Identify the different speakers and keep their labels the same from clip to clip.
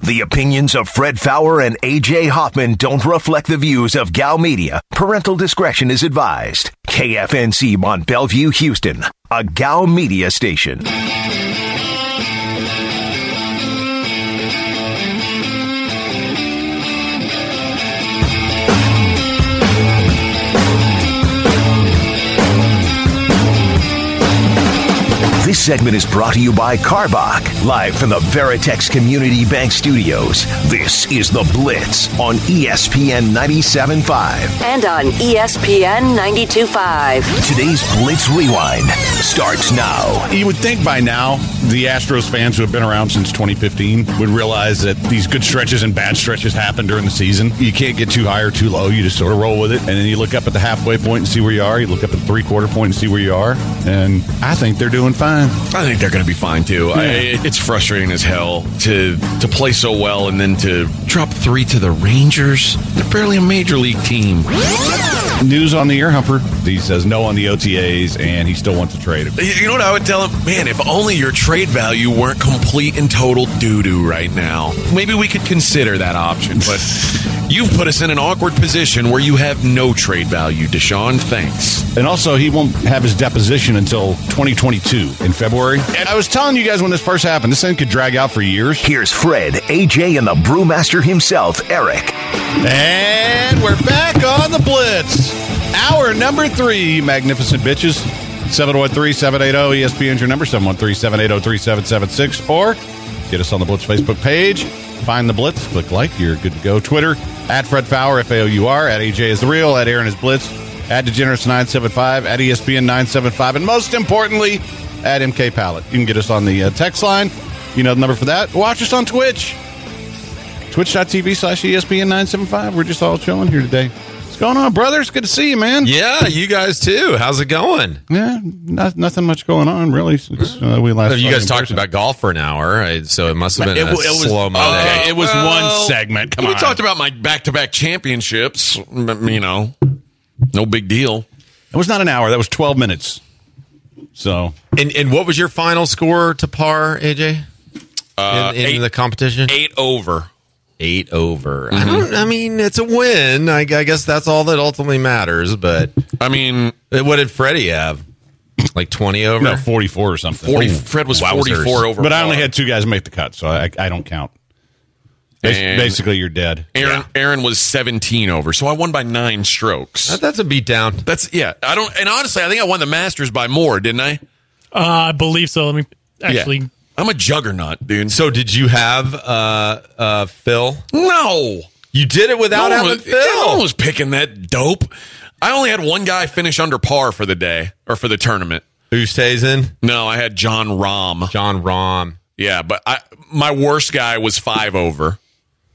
Speaker 1: The opinions of Fred Fowler and AJ Hoffman don't reflect the views of Gal Media. Parental discretion is advised. KFNC Mont Bellevue, Houston, a Gal Media station. This segment is brought to you by Carbach, live from the Veritex Community Bank Studios. This is The Blitz on E ESPN 97.5.
Speaker 2: and on E ESPN 92.5.
Speaker 1: Today's Blitz Rewind starts now.
Speaker 3: You would think by now the Astros fans who have been around since 2015 would realize that these good stretches and bad stretches happen during the season. You can't get too high or too low. You just sort of roll with it. And then you look up at the halfway point and see where you are. You look up at the three quarter point and see where you are. And I think they're doing fine.
Speaker 4: I think they're going to be fine too. I, it's frustrating as hell to to play so well and then to drop three to the Rangers. They're barely a major league team.
Speaker 3: News on the ear humper. He says no on the OTAs and he still wants to trade him.
Speaker 4: You know what I would tell him, man? If only your trade value weren't complete and total doo doo right now. Maybe we could consider that option. But you've put us in an awkward position where you have no trade value, Deshaun. Thanks.
Speaker 3: And also, he won't have his deposition until 2022 in February. And I was telling you guys when this first happened, this thing could drag out for years.
Speaker 1: Here's Fred, AJ, and the brewmaster himself, Eric.
Speaker 3: And we're back on the Blitz. Hour number three, you magnificent bitches. 713 780 ESPN's your number, 713 780 3776. Or get us on the Blitz Facebook page. Find the Blitz, click like, you're good to go. Twitter, at Fred Fowler, F A O U R, at AJ is the real, at Aaron is Blitz, at Degenerates975, at E ESPN975, and most importantly, at MK Pallet. You can get us on the uh, text line. You know the number for that. Watch us on Twitch twitch.tv slash E ESPN 975. We're just all chilling here today. What's going on, brother? It's good to see you, man.
Speaker 5: Yeah, you guys too. How's it going?
Speaker 3: Yeah, not, nothing much going on, really. Since, uh, we last
Speaker 5: You
Speaker 3: saw
Speaker 5: guys
Speaker 3: in
Speaker 5: talked
Speaker 3: person.
Speaker 5: about golf for an hour, I- so it must have been a slow Monday.
Speaker 4: Okay, uh, it was
Speaker 5: Well,
Speaker 4: one segment. Come
Speaker 5: we
Speaker 4: on.
Speaker 5: talked
Speaker 4: about my back to back championships. You know, no big deal.
Speaker 3: It was not an hour. That was 12 minutes. So,
Speaker 5: And, and what was your final score to par, AJ?
Speaker 4: Uh,
Speaker 5: in in
Speaker 4: eight-
Speaker 5: the competition,
Speaker 4: Eight over.
Speaker 5: eight over. Uh-huh. I don't. I mean, it's a win. I, I guess that's all that ultimately matters. But
Speaker 4: I mean,
Speaker 5: what did Freddie have? Like twenty over?
Speaker 3: no, 44 or something.
Speaker 4: 40,
Speaker 3: Oh,
Speaker 4: Fred was
Speaker 5: wowzers.
Speaker 4: 44 over.
Speaker 3: But I only
Speaker 4: par.
Speaker 3: had two guys make the cut, so I, I don't count. Bas-
Speaker 4: And-
Speaker 3: basically, you're dead.
Speaker 4: Aaron. Aaron was 17 over, so I won by nine strokes.
Speaker 5: That- That's a beatdown.
Speaker 4: That's yeah. I don't. And honestly, I think I won the Masters by more, didn't I?
Speaker 6: Uh, I believe so. Let me
Speaker 4: Yeah.
Speaker 6: actually.
Speaker 4: I'm a juggernaut, dude.
Speaker 5: So did you have uh uh Phil?
Speaker 4: no,
Speaker 5: You did it without
Speaker 4: no one,
Speaker 5: having
Speaker 4: was, no
Speaker 5: Phil.
Speaker 4: one was picking that dope. I only had one guy finish under par for the day or for the tournament.
Speaker 5: Who stays in?
Speaker 4: No, I had John Rahm.
Speaker 5: John Rahm.
Speaker 4: Yeah, but I my worst guy was five over.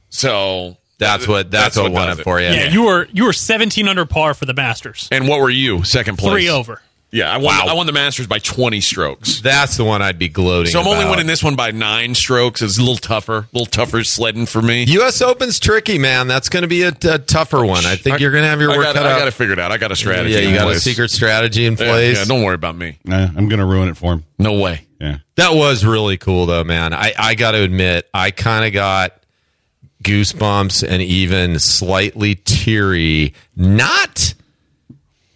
Speaker 4: So
Speaker 5: That's what. That's, what, won
Speaker 4: does
Speaker 5: it for you.
Speaker 6: Yeah, you were you were 17 under par for the Masters.
Speaker 4: And what were you? Second place.
Speaker 6: Three over.
Speaker 4: Yeah, I won. I won the Masters by 20 strokes.
Speaker 5: That's the one I'd be gloating.
Speaker 4: So I'm only
Speaker 5: about.
Speaker 4: winning this one by nine strokes. It's a little tougher, a little tougher sledding for me.
Speaker 5: U.S. Open's tricky, man. That's going to be a, a tougher one. I think you're going to have your
Speaker 4: I
Speaker 5: work
Speaker 4: got,
Speaker 5: cut
Speaker 4: I
Speaker 5: out.
Speaker 4: got to figure it out. I got a strategy.
Speaker 5: yeah, you
Speaker 4: in
Speaker 5: got a
Speaker 4: place.
Speaker 5: secret strategy in
Speaker 4: Yeah,
Speaker 5: place.
Speaker 4: Yeah, don't worry about me.
Speaker 3: Nah, Uh, I'm going to ruin it for him.
Speaker 4: No way.
Speaker 3: Yeah.
Speaker 5: that was really cool, though, man. I, I got to admit, I kind of got goosebumps and even slightly teary. Not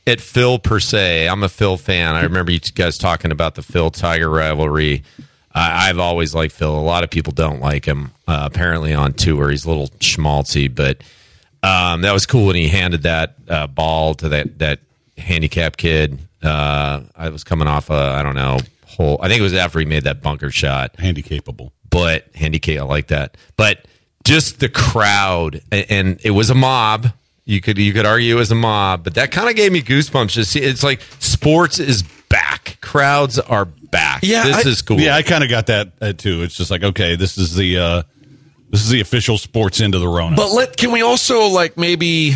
Speaker 5: at Phil per se. I'm a Phil fan. I remember you guys talking about the Phil Tiger rivalry. I I've always liked Phil. A lot of people don't like him. Uh, apparently on tour, he's a little schmaltzy, but um, that was cool when he handed that uh, ball to that that handicapped kid. Uh, I was coming off a I don't know hole. I think it was after he made that bunker shot
Speaker 3: Handicapable.
Speaker 5: but handicap I like that. But just the crowd, a- and it was a mob. You could you could argue it was a mob, but that kind of gave me goosebumps. Just see, it's like sports is back. Crowds are back.
Speaker 4: Yeah,
Speaker 5: this
Speaker 4: I-
Speaker 5: is cool.
Speaker 3: Yeah, I kind of got that uh, too. It's just like, okay, this is the uh, this is the official sports end of the Rona.
Speaker 4: But let can we also like maybe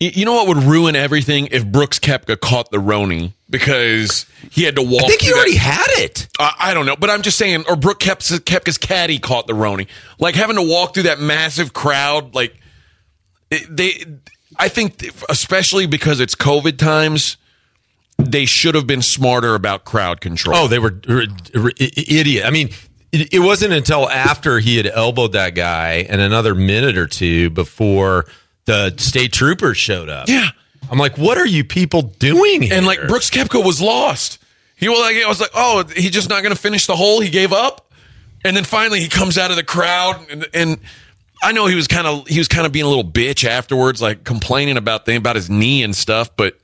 Speaker 4: y- you know what would ruin everything if Brooks Kepka caught the Roni because he had to walk.
Speaker 5: I think you
Speaker 4: through
Speaker 5: already
Speaker 4: that-
Speaker 5: had it.
Speaker 4: I, I don't know, but I'm just saying. Or Brooke Kepka's, Kepka's caddy caught the Roni. Like having to walk through that massive crowd, like it, they. I think, if- especially because it's COVID times, they should have been smarter about crowd control.
Speaker 5: Oh, they were r- r- i- idiot. I mean, it, it wasn't until after he had elbowed that guy and another minute or two before the state troopers showed up.
Speaker 4: Yeah.
Speaker 5: I'm like, what are you people doing here?
Speaker 4: And like Brooks Kepka was lost. He was like, I was like, oh, he just not going to finish the hole. He gave up, and then finally he comes out of the crowd, and, and I know he was kind of he was kind of being a little bitch afterwards, like complaining about thing about his knee and stuff. But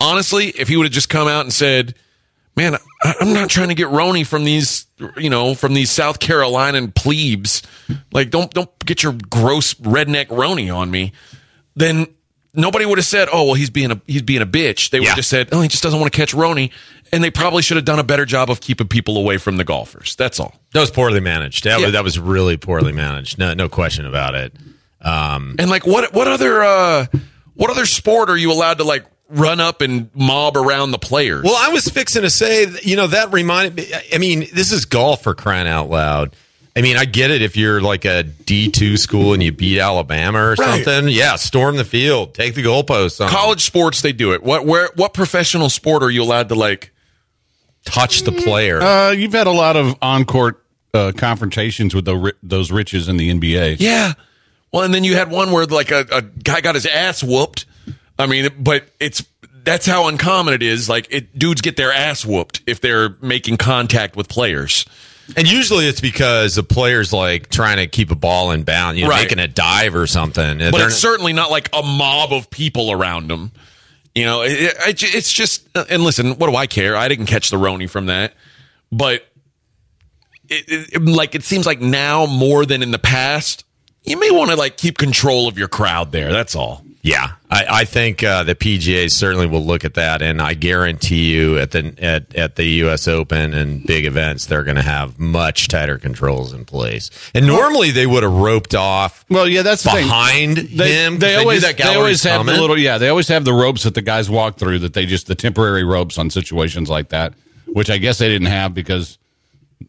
Speaker 4: honestly, if he would have just come out and said, "Man, I, I'm not trying to get Roni from these, you know, from these South Carolina plebes. Like, don't don't get your gross redneck Roni on me," then nobody would have said, "Oh, well, he's being a he's being a bitch." They would
Speaker 5: Yeah.
Speaker 4: have just said, "Oh, he just doesn't want to catch Roni," and they probably should have done a better job of keeping people away from the golfers. That's all.
Speaker 5: That was poorly managed. That,
Speaker 4: Yeah.
Speaker 5: was, that was really poorly managed. No, no question about it. Um,
Speaker 4: And like, what what other uh, what other sport are you allowed to like run up and mob around the players?
Speaker 5: well, I was fixing to say, you know, that reminded me. I mean, this is golf for crying out loud. I mean, I get it if you're like a D2 school and you beat Alabama or
Speaker 4: Right.
Speaker 5: something. Yeah, storm the field, take the goalposts on,
Speaker 4: college sports they do it. What where what professional sport are you allowed to like?
Speaker 5: touch the player.
Speaker 3: Uh, you've had a lot of on-court uh, confrontations with the, ri- those riches in the NBA.
Speaker 4: Yeah. Well, and then you had one where like a, a guy got his ass whooped. I mean, but it's that's how uncommon it is. Like it, dudes get their ass whooped if they're making contact with players.
Speaker 5: And usually it's because the player's like trying to keep a ball in bound, you know,
Speaker 4: Right.
Speaker 5: making a dive or something.
Speaker 4: But it's certainly not like a mob of people around them. You know, it, it, I ju- it's just. uh, And listen, what do I care? I didn't catch the Roni from that, but it, it- it- like it seems like now more than in the past, you may want to like keep control of your crowd there. That's all.
Speaker 5: yeah, I, I think uh, the PGA certainly will look at that, and I guarantee you at the at, at the U.S. Open and big events, they're going to have much tighter controls in place. And normally they would have roped off
Speaker 3: Well, yeah, that's the thing.
Speaker 5: behind him. 'cause
Speaker 3: They
Speaker 5: knew
Speaker 3: always,
Speaker 5: that
Speaker 3: they
Speaker 5: gallery's
Speaker 3: always have the
Speaker 5: coming.
Speaker 3: little, yeah, they always have the ropes that the guys walk through that they just, the temporary ropes on situations like that, which I guess they didn't have because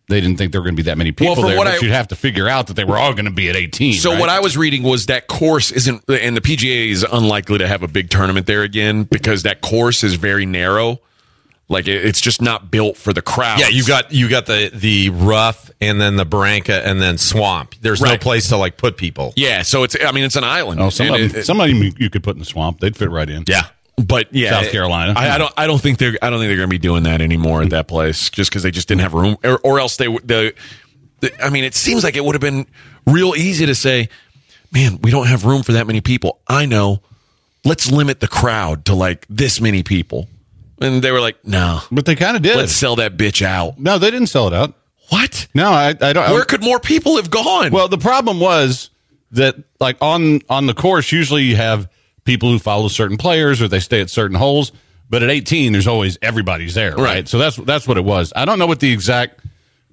Speaker 3: they didn't think there were going to be that many people
Speaker 4: Well, from
Speaker 3: there.
Speaker 4: what
Speaker 3: but
Speaker 4: I-
Speaker 3: you'd have to figure out that they were all going to be at 18.
Speaker 4: So
Speaker 3: right?
Speaker 4: what I was reading was that course isn't, and the PGA is unlikely to have a big tournament there again because that course is very narrow. Like it, it's just not built for the crowd.
Speaker 5: Yeah, you got you got the the rough and then the branca and then swamp. There's no
Speaker 4: Right.
Speaker 5: place to like put people.
Speaker 4: Yeah, so it's. I mean, it's an island.
Speaker 3: Oh, some
Speaker 4: And
Speaker 3: of,
Speaker 4: it-
Speaker 3: them, some of them you- you could put in the swamp. They'd fit right in.
Speaker 4: but yeah,
Speaker 3: South Carolina.
Speaker 4: I, I don't. I don't think they're. I don't think they're going to be doing that anymore at that place, just because they just didn't have room, or, or else they would. The, the, I mean, it seems like it would have been real easy to say, "Man, we don't have room for that many people." I know. Let's limit the crowd to like this many people, and they were like, "No,
Speaker 3: But they kind of did.
Speaker 4: let's sell that bitch out."
Speaker 3: no, they didn't sell it out.
Speaker 4: What?
Speaker 3: No, I, I don't. I-
Speaker 4: Where could more people have gone?
Speaker 3: Well, the problem was that like on on the course, usually you have people who follow certain players or they stay at certain holes. But at 18, there's always everybody's there, right?
Speaker 4: Right.
Speaker 3: So that's that's what it was. I don't know what the exact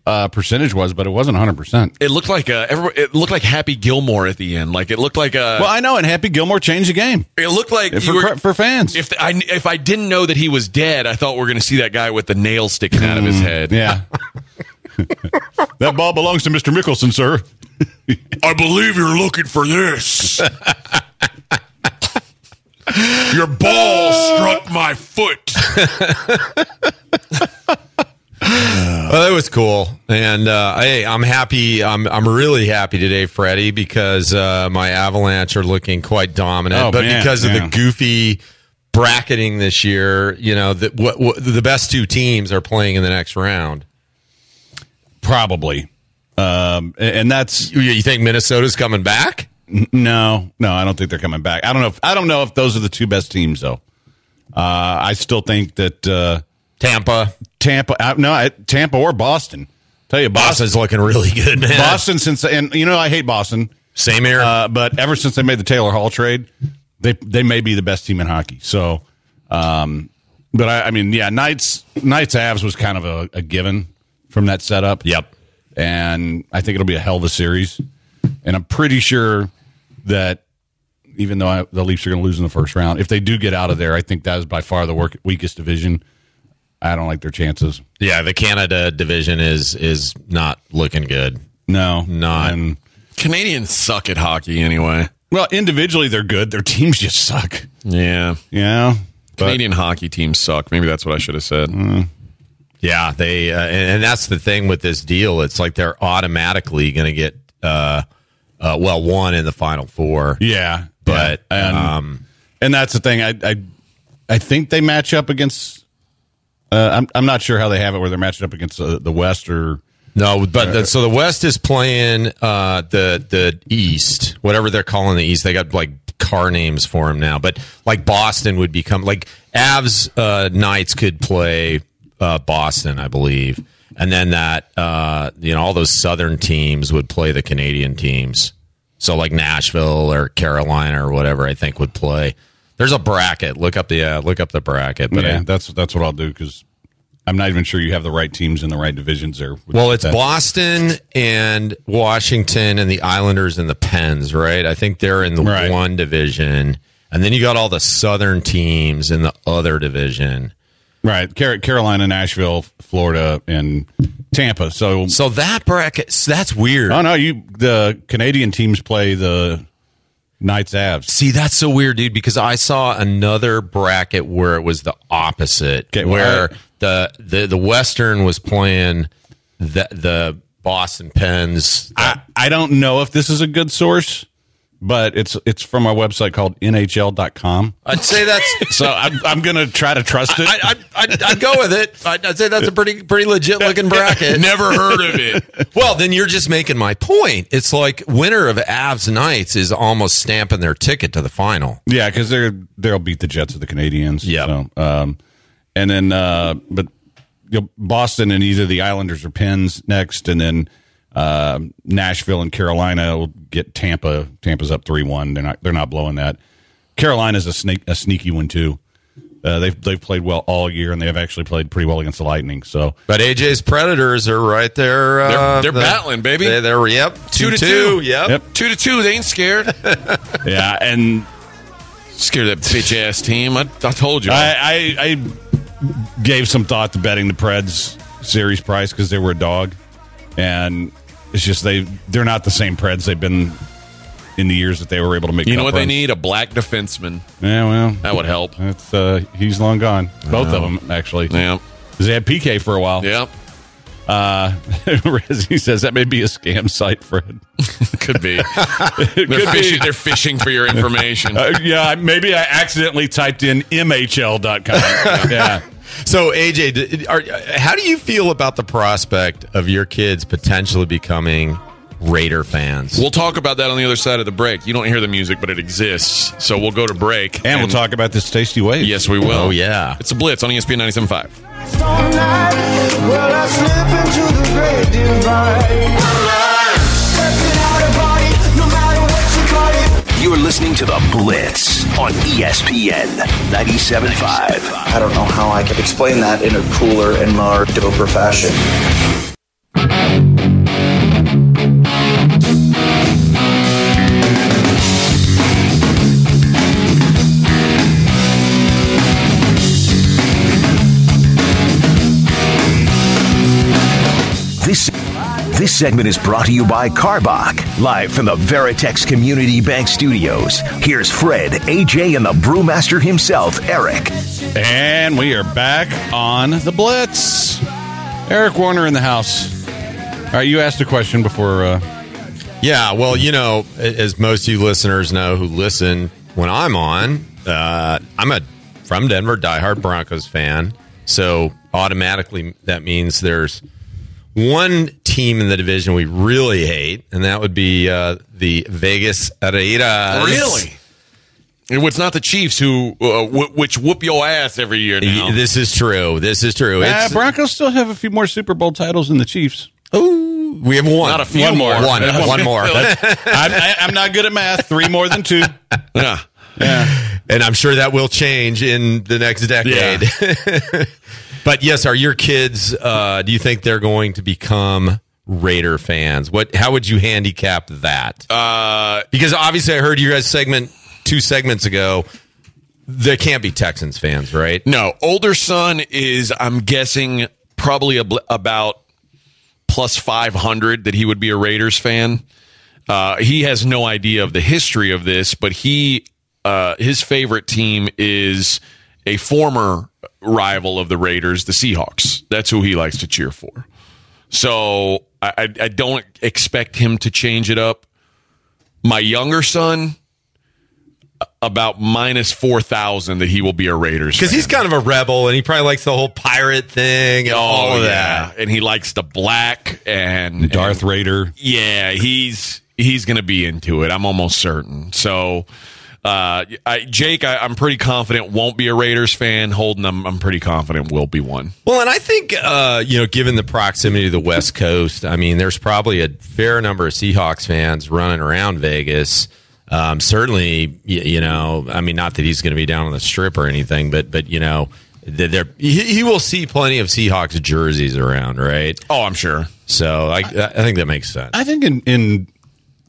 Speaker 3: uh, percentage was, but it wasn't 100. percent
Speaker 4: it looked like uh, every, it looked like Happy Gilmore at the end. Like it looked like uh,
Speaker 3: Well, I know, and Happy Gilmore changed the game
Speaker 4: it looked like
Speaker 3: for
Speaker 4: you were,
Speaker 3: cr- for fans.
Speaker 4: If I if I didn't know that he was dead, I thought we are going to see that guy with the nail sticking out of his head.
Speaker 3: Mm, yeah, that ball belongs to Mr. Mickelson, sir.
Speaker 4: I believe you're looking for this. Your ball struck my foot.
Speaker 5: Well, that was cool, and uh, hey, I'm happy. I'm I'm really happy today, Freddie, because uh, my Avalanche are looking quite dominant.
Speaker 3: Oh,
Speaker 5: but
Speaker 3: man,
Speaker 5: because of
Speaker 3: yeah.
Speaker 5: the goofy bracketing this year, you know, the, what, what, the best two teams are playing in the next round.
Speaker 3: Probably, um, a- and that's
Speaker 5: You, you think Minnesota's coming back?
Speaker 3: No, no, I don't think they're coming back. I don't know if I don't know if those are the two best teams though. Uh, I still think that uh,
Speaker 5: Tampa,
Speaker 3: Tampa, uh, no, I, Tampa or Boston. Tell you, Boston,
Speaker 5: Boston's looking really good, man.
Speaker 3: Boston since and you know I hate Boston,
Speaker 5: same era.
Speaker 3: uh, but ever since they made the Taylor Hall trade, they they may be the best team in hockey. So, um, but I, I mean, yeah, Knights Knights Avs was kind of a, a given from that setup.
Speaker 5: Yep.
Speaker 3: and I think it'll be a hell of a series. And I'm pretty sure that even though I, the Leafs are going to lose in the first round, if they do get out of there, I think that is by far the work, weakest division. I don't like their chances.
Speaker 5: yeah, the Canada division is is not looking good.
Speaker 3: No,
Speaker 5: Not.
Speaker 3: And,
Speaker 4: Canadians suck at hockey anyway.
Speaker 3: well, individually they're good. Their teams just suck.
Speaker 4: Yeah.
Speaker 3: Yeah, but Mm.
Speaker 4: Canadian hockey teams suck. Maybe that's what I should have said.
Speaker 5: Yeah, they uh, and, and that's the thing with this deal. It's like they're automatically going to get uh, uh, well one in the final four.
Speaker 3: Yeah,
Speaker 5: But,
Speaker 3: yeah. And,
Speaker 5: um,
Speaker 3: and that's the thing. I I, I think they match up against. Uh, I'm I'm not sure how they have it where they're matched up against uh, the West or
Speaker 5: No, but the, so the West is playing uh, the the East, whatever they're calling the East. They got like car names for them now, but like Boston would become like Avs uh, Knights could play uh, Boston, I believe, and then that uh, you know all those Southern teams would play the Canadian teams. So like Nashville or Carolina or whatever, I think would play. There's a bracket. Look up the uh, look up the bracket. But
Speaker 3: yeah.
Speaker 5: I-
Speaker 3: that's that's what I'll do because I'm not even sure you have the right teams in the right divisions there.
Speaker 5: Well, it's
Speaker 3: That-
Speaker 5: Boston and Washington and the Islanders and the Pens, right? I think they're in the
Speaker 3: Right.
Speaker 5: one division. And then you got all the Southern teams in the other division.
Speaker 3: right. Car- Carolina, Nashville, Florida, and Tampa. So,
Speaker 5: So that bracket, so that's weird.
Speaker 3: oh no, you the Canadian teams play the Knights, Avs.
Speaker 5: See, that's so weird, dude, because I saw another bracket where it was the opposite,
Speaker 3: Okay, well,
Speaker 5: where
Speaker 3: I-
Speaker 5: the, the, the Western was playing the, the Boston Pens.
Speaker 3: I, I don't know if this is a good source, but it's it's from a website called NHL.com.
Speaker 5: I'd say that's
Speaker 3: So I'm, I'm gonna try to trust it.
Speaker 5: I, I, I, I'd go with it. I'd, I'd say that's a pretty pretty legit looking bracket.
Speaker 4: Never heard of it.
Speaker 5: Well, then you're just making my point. It's like winner of Avs Knights is almost stamping their ticket to the final.
Speaker 3: Yeah, because they're they'll beat the Jets of the Canadians.
Speaker 5: Yep.
Speaker 3: So, um, and then uh, but you know, Boston and either the Islanders or Pens next, and then uh, Nashville and Carolina will get Tampa. Tampa's up three one. They're not they're not blowing that. Carolina's a sneak a sneaky one too. Uh, they've they've played well all year, and they've actually played pretty well against the Lightning. So
Speaker 5: But AJ's Predators are right there. uh,
Speaker 4: They're- they're battling, baby.
Speaker 5: They, are yep,
Speaker 4: Two to two.
Speaker 5: Yep.
Speaker 3: Yep.
Speaker 4: Two to two, they ain't scared.
Speaker 3: yeah, and
Speaker 4: Scare that bitch ass team. I, I told you.
Speaker 3: I, I, I gave some thought to betting the Preds series price because they were a dog, and it's just they they're not the same Preds they've been in the years that they were able to make.
Speaker 4: you know
Speaker 3: cup
Speaker 4: what they
Speaker 3: runs.
Speaker 4: need? A black defenseman.
Speaker 3: Yeah, well,
Speaker 4: That would help.
Speaker 3: that's uh, he's long gone. Both of them actually.
Speaker 4: Yeah.
Speaker 3: 'Cause They had PK for a while.
Speaker 4: Yeah.
Speaker 3: Uh, Rezzy says that may be a scam site, Fred.
Speaker 4: Could be.
Speaker 3: It
Speaker 4: They're
Speaker 3: could be.
Speaker 4: fishing, they're fishing for your information.
Speaker 3: Uh, yeah, maybe I accidentally typed in MHL.com. yeah.
Speaker 5: So AJ, d- are, how do you feel about the prospect of your kids potentially becoming Raider fans?
Speaker 4: We'll talk about that on the other side of the break. You don't hear the music, but it exists. So we'll go to break.
Speaker 3: And we'll talk about this tasty wave.
Speaker 4: Yes, we will.
Speaker 5: Oh, yeah.
Speaker 4: It's a blitz on E ESPN 97.5.
Speaker 7: All night, well, I slip into the great divide. Stepping out of body, no matter what you call it.
Speaker 1: You're listening to The Blitz on E ESPN 97.5.
Speaker 8: I don't know how I could explain that in a cooler and more doper fashion.
Speaker 1: This this segment is brought to you by Carbach, live from the Veritex Community Bank Studios. Here's Fred, AJ, and the brewmaster himself, Eric.
Speaker 3: And we are back on the Blitz. Eric Warner in the house. All right, you asked a question before. Uh,
Speaker 5: Yeah, well, you know, a- as most of you listeners know who listen, when I'm on, uh, I'm a from Denver diehard Broncos fan, so automatically that means there's one team in the division we really hate, and that would be uh, the Vegas Raiders.
Speaker 4: And It's not the Chiefs who, uh, wh- which whoop your ass every year now.
Speaker 5: Y- This is true. This is true.
Speaker 3: uh,
Speaker 5: It's-
Speaker 3: Broncos still have a few more Super Bowl titles than the Chiefs.
Speaker 5: Ooh, we have one.
Speaker 4: Not a few
Speaker 5: one
Speaker 4: more.
Speaker 5: One, one more.
Speaker 3: I'm, I, I'm not good at math. Three more than two.
Speaker 4: yeah.
Speaker 3: Yeah.
Speaker 5: and I'm sure that will change in the next decade. but yes, are your kids? Uh, do you think they're going to become Raider fans? What? How would you handicap that?
Speaker 4: Uh,
Speaker 5: because obviously, I heard you guys segment two segments ago. They can't be Texans fans, right?
Speaker 4: No, older son is, I'm guessing, probably ab- about plus 500 that he would be a Raiders fan. Uh, he has no idea of the history of this, but he uh, his favorite team is a former rival of the Raiders, the Seahawks. That's who he likes to cheer for. So I, I, I don't expect him to change it up. My younger son, about minus 4,000 that he will be a Raiders
Speaker 5: Because
Speaker 4: fan.
Speaker 5: he's kind of a rebel and he probably likes the whole pirate thing and all
Speaker 4: Oh
Speaker 5: of
Speaker 4: yeah,
Speaker 5: that.
Speaker 4: and he likes the black and
Speaker 3: Darth Raider.
Speaker 4: yeah, he's he's going to be into it. I'm almost certain. So, uh, I, Jake, I, I'm pretty confident won't be a Raiders fan. Holden, I'm, I'm pretty confident will be one.
Speaker 5: Well, and I think, uh, you know, given the proximity to the West Coast, I mean, there's probably a fair number of Seahawks fans running around Vegas. Um, certainly, y- you know, I mean, not that he's going to be down on the strip or anything, but, but you know, th- there he, he will see plenty of Seahawks jerseys around, right?
Speaker 4: Oh, I'm sure.
Speaker 5: So I, I think that makes sense.
Speaker 3: I think in in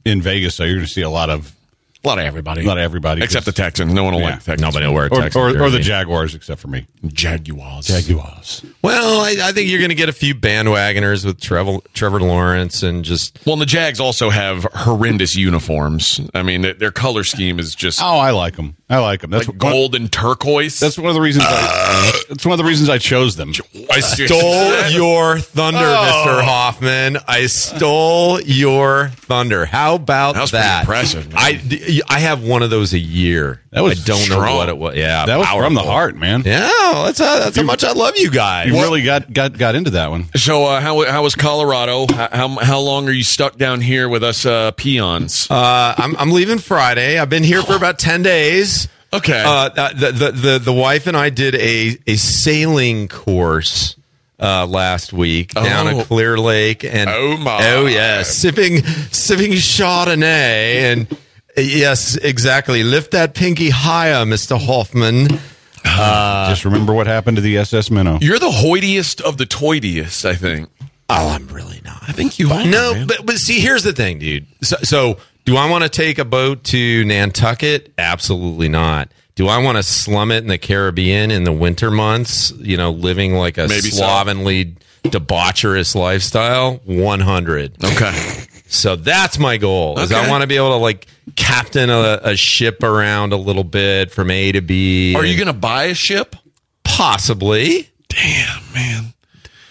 Speaker 3: in Vegas, though, you're going to see a lot of
Speaker 4: A lot of everybody.
Speaker 3: A lot of everybody.
Speaker 4: Except the Texans. No one will like the Texans.
Speaker 5: Nobody will wear a
Speaker 3: or,
Speaker 5: Texans
Speaker 3: or, or the
Speaker 5: jersey.
Speaker 3: Jaguars, except for me.
Speaker 4: Jaguars.
Speaker 3: Jaguars.
Speaker 5: Well, I, I think you're going to get a few bandwagoners with Trevor, Trevor Lawrence and just
Speaker 4: Well, and the Jags also have horrendous uniforms. I mean, th- their color scheme is just
Speaker 3: Oh, I like them. I like Uh, them. That's
Speaker 4: like
Speaker 3: one-
Speaker 4: gold and turquoise.
Speaker 3: That's one of the reasons. I, that's one of the reasons I chose them.
Speaker 4: I
Speaker 5: stole your thunder,
Speaker 4: Oh.
Speaker 5: Mr. Hoffman. I stole your thunder. How about
Speaker 4: That was pretty
Speaker 5: that?
Speaker 4: impressive, man.
Speaker 5: I d- I have one of those a year.
Speaker 3: That was
Speaker 5: I don't know
Speaker 4: strong.
Speaker 5: what it was. Yeah,
Speaker 3: That was
Speaker 5: powerful.
Speaker 3: from the heart, man.
Speaker 5: Yeah, that's how, that's how much I love you guys.
Speaker 3: You really got got got into that one.
Speaker 4: So uh, how how was Colorado? How, how how long are you stuck down here with us uh, peons?
Speaker 5: Uh, I'm I'm leaving Friday. I've been here for about ten days.
Speaker 4: okay,
Speaker 5: Uh, uh, the, the the the wife and I did a a sailing course uh, last week down
Speaker 4: Oh.
Speaker 5: at Clear Lake, and
Speaker 4: Oh, my.
Speaker 5: oh yeah, sipping sipping Chardonnay, and yes, exactly. Lift that pinky higher, Mister Hoffman.
Speaker 3: Just remember what happened to the SS Minnow.
Speaker 4: you're the hoitiest of the toitiest. I think.
Speaker 5: Oh, I'm really not. I
Speaker 4: think you are,
Speaker 5: No,
Speaker 4: man.
Speaker 5: but but see, here's the thing, dude. So, so do I want to take a boat to Nantucket? Absolutely not. Do I want to slum it in the Caribbean in the winter months? You know, living like a
Speaker 4: Maybe so.
Speaker 5: slovenly, debaucherous lifestyle. One hundred.
Speaker 4: Okay,
Speaker 5: So that's my goal. Is I
Speaker 4: Okay.
Speaker 5: want to be able to like captain a, a ship around a little bit from A to B.
Speaker 4: are you gonna buy a ship?
Speaker 5: possibly?
Speaker 4: Damn, man,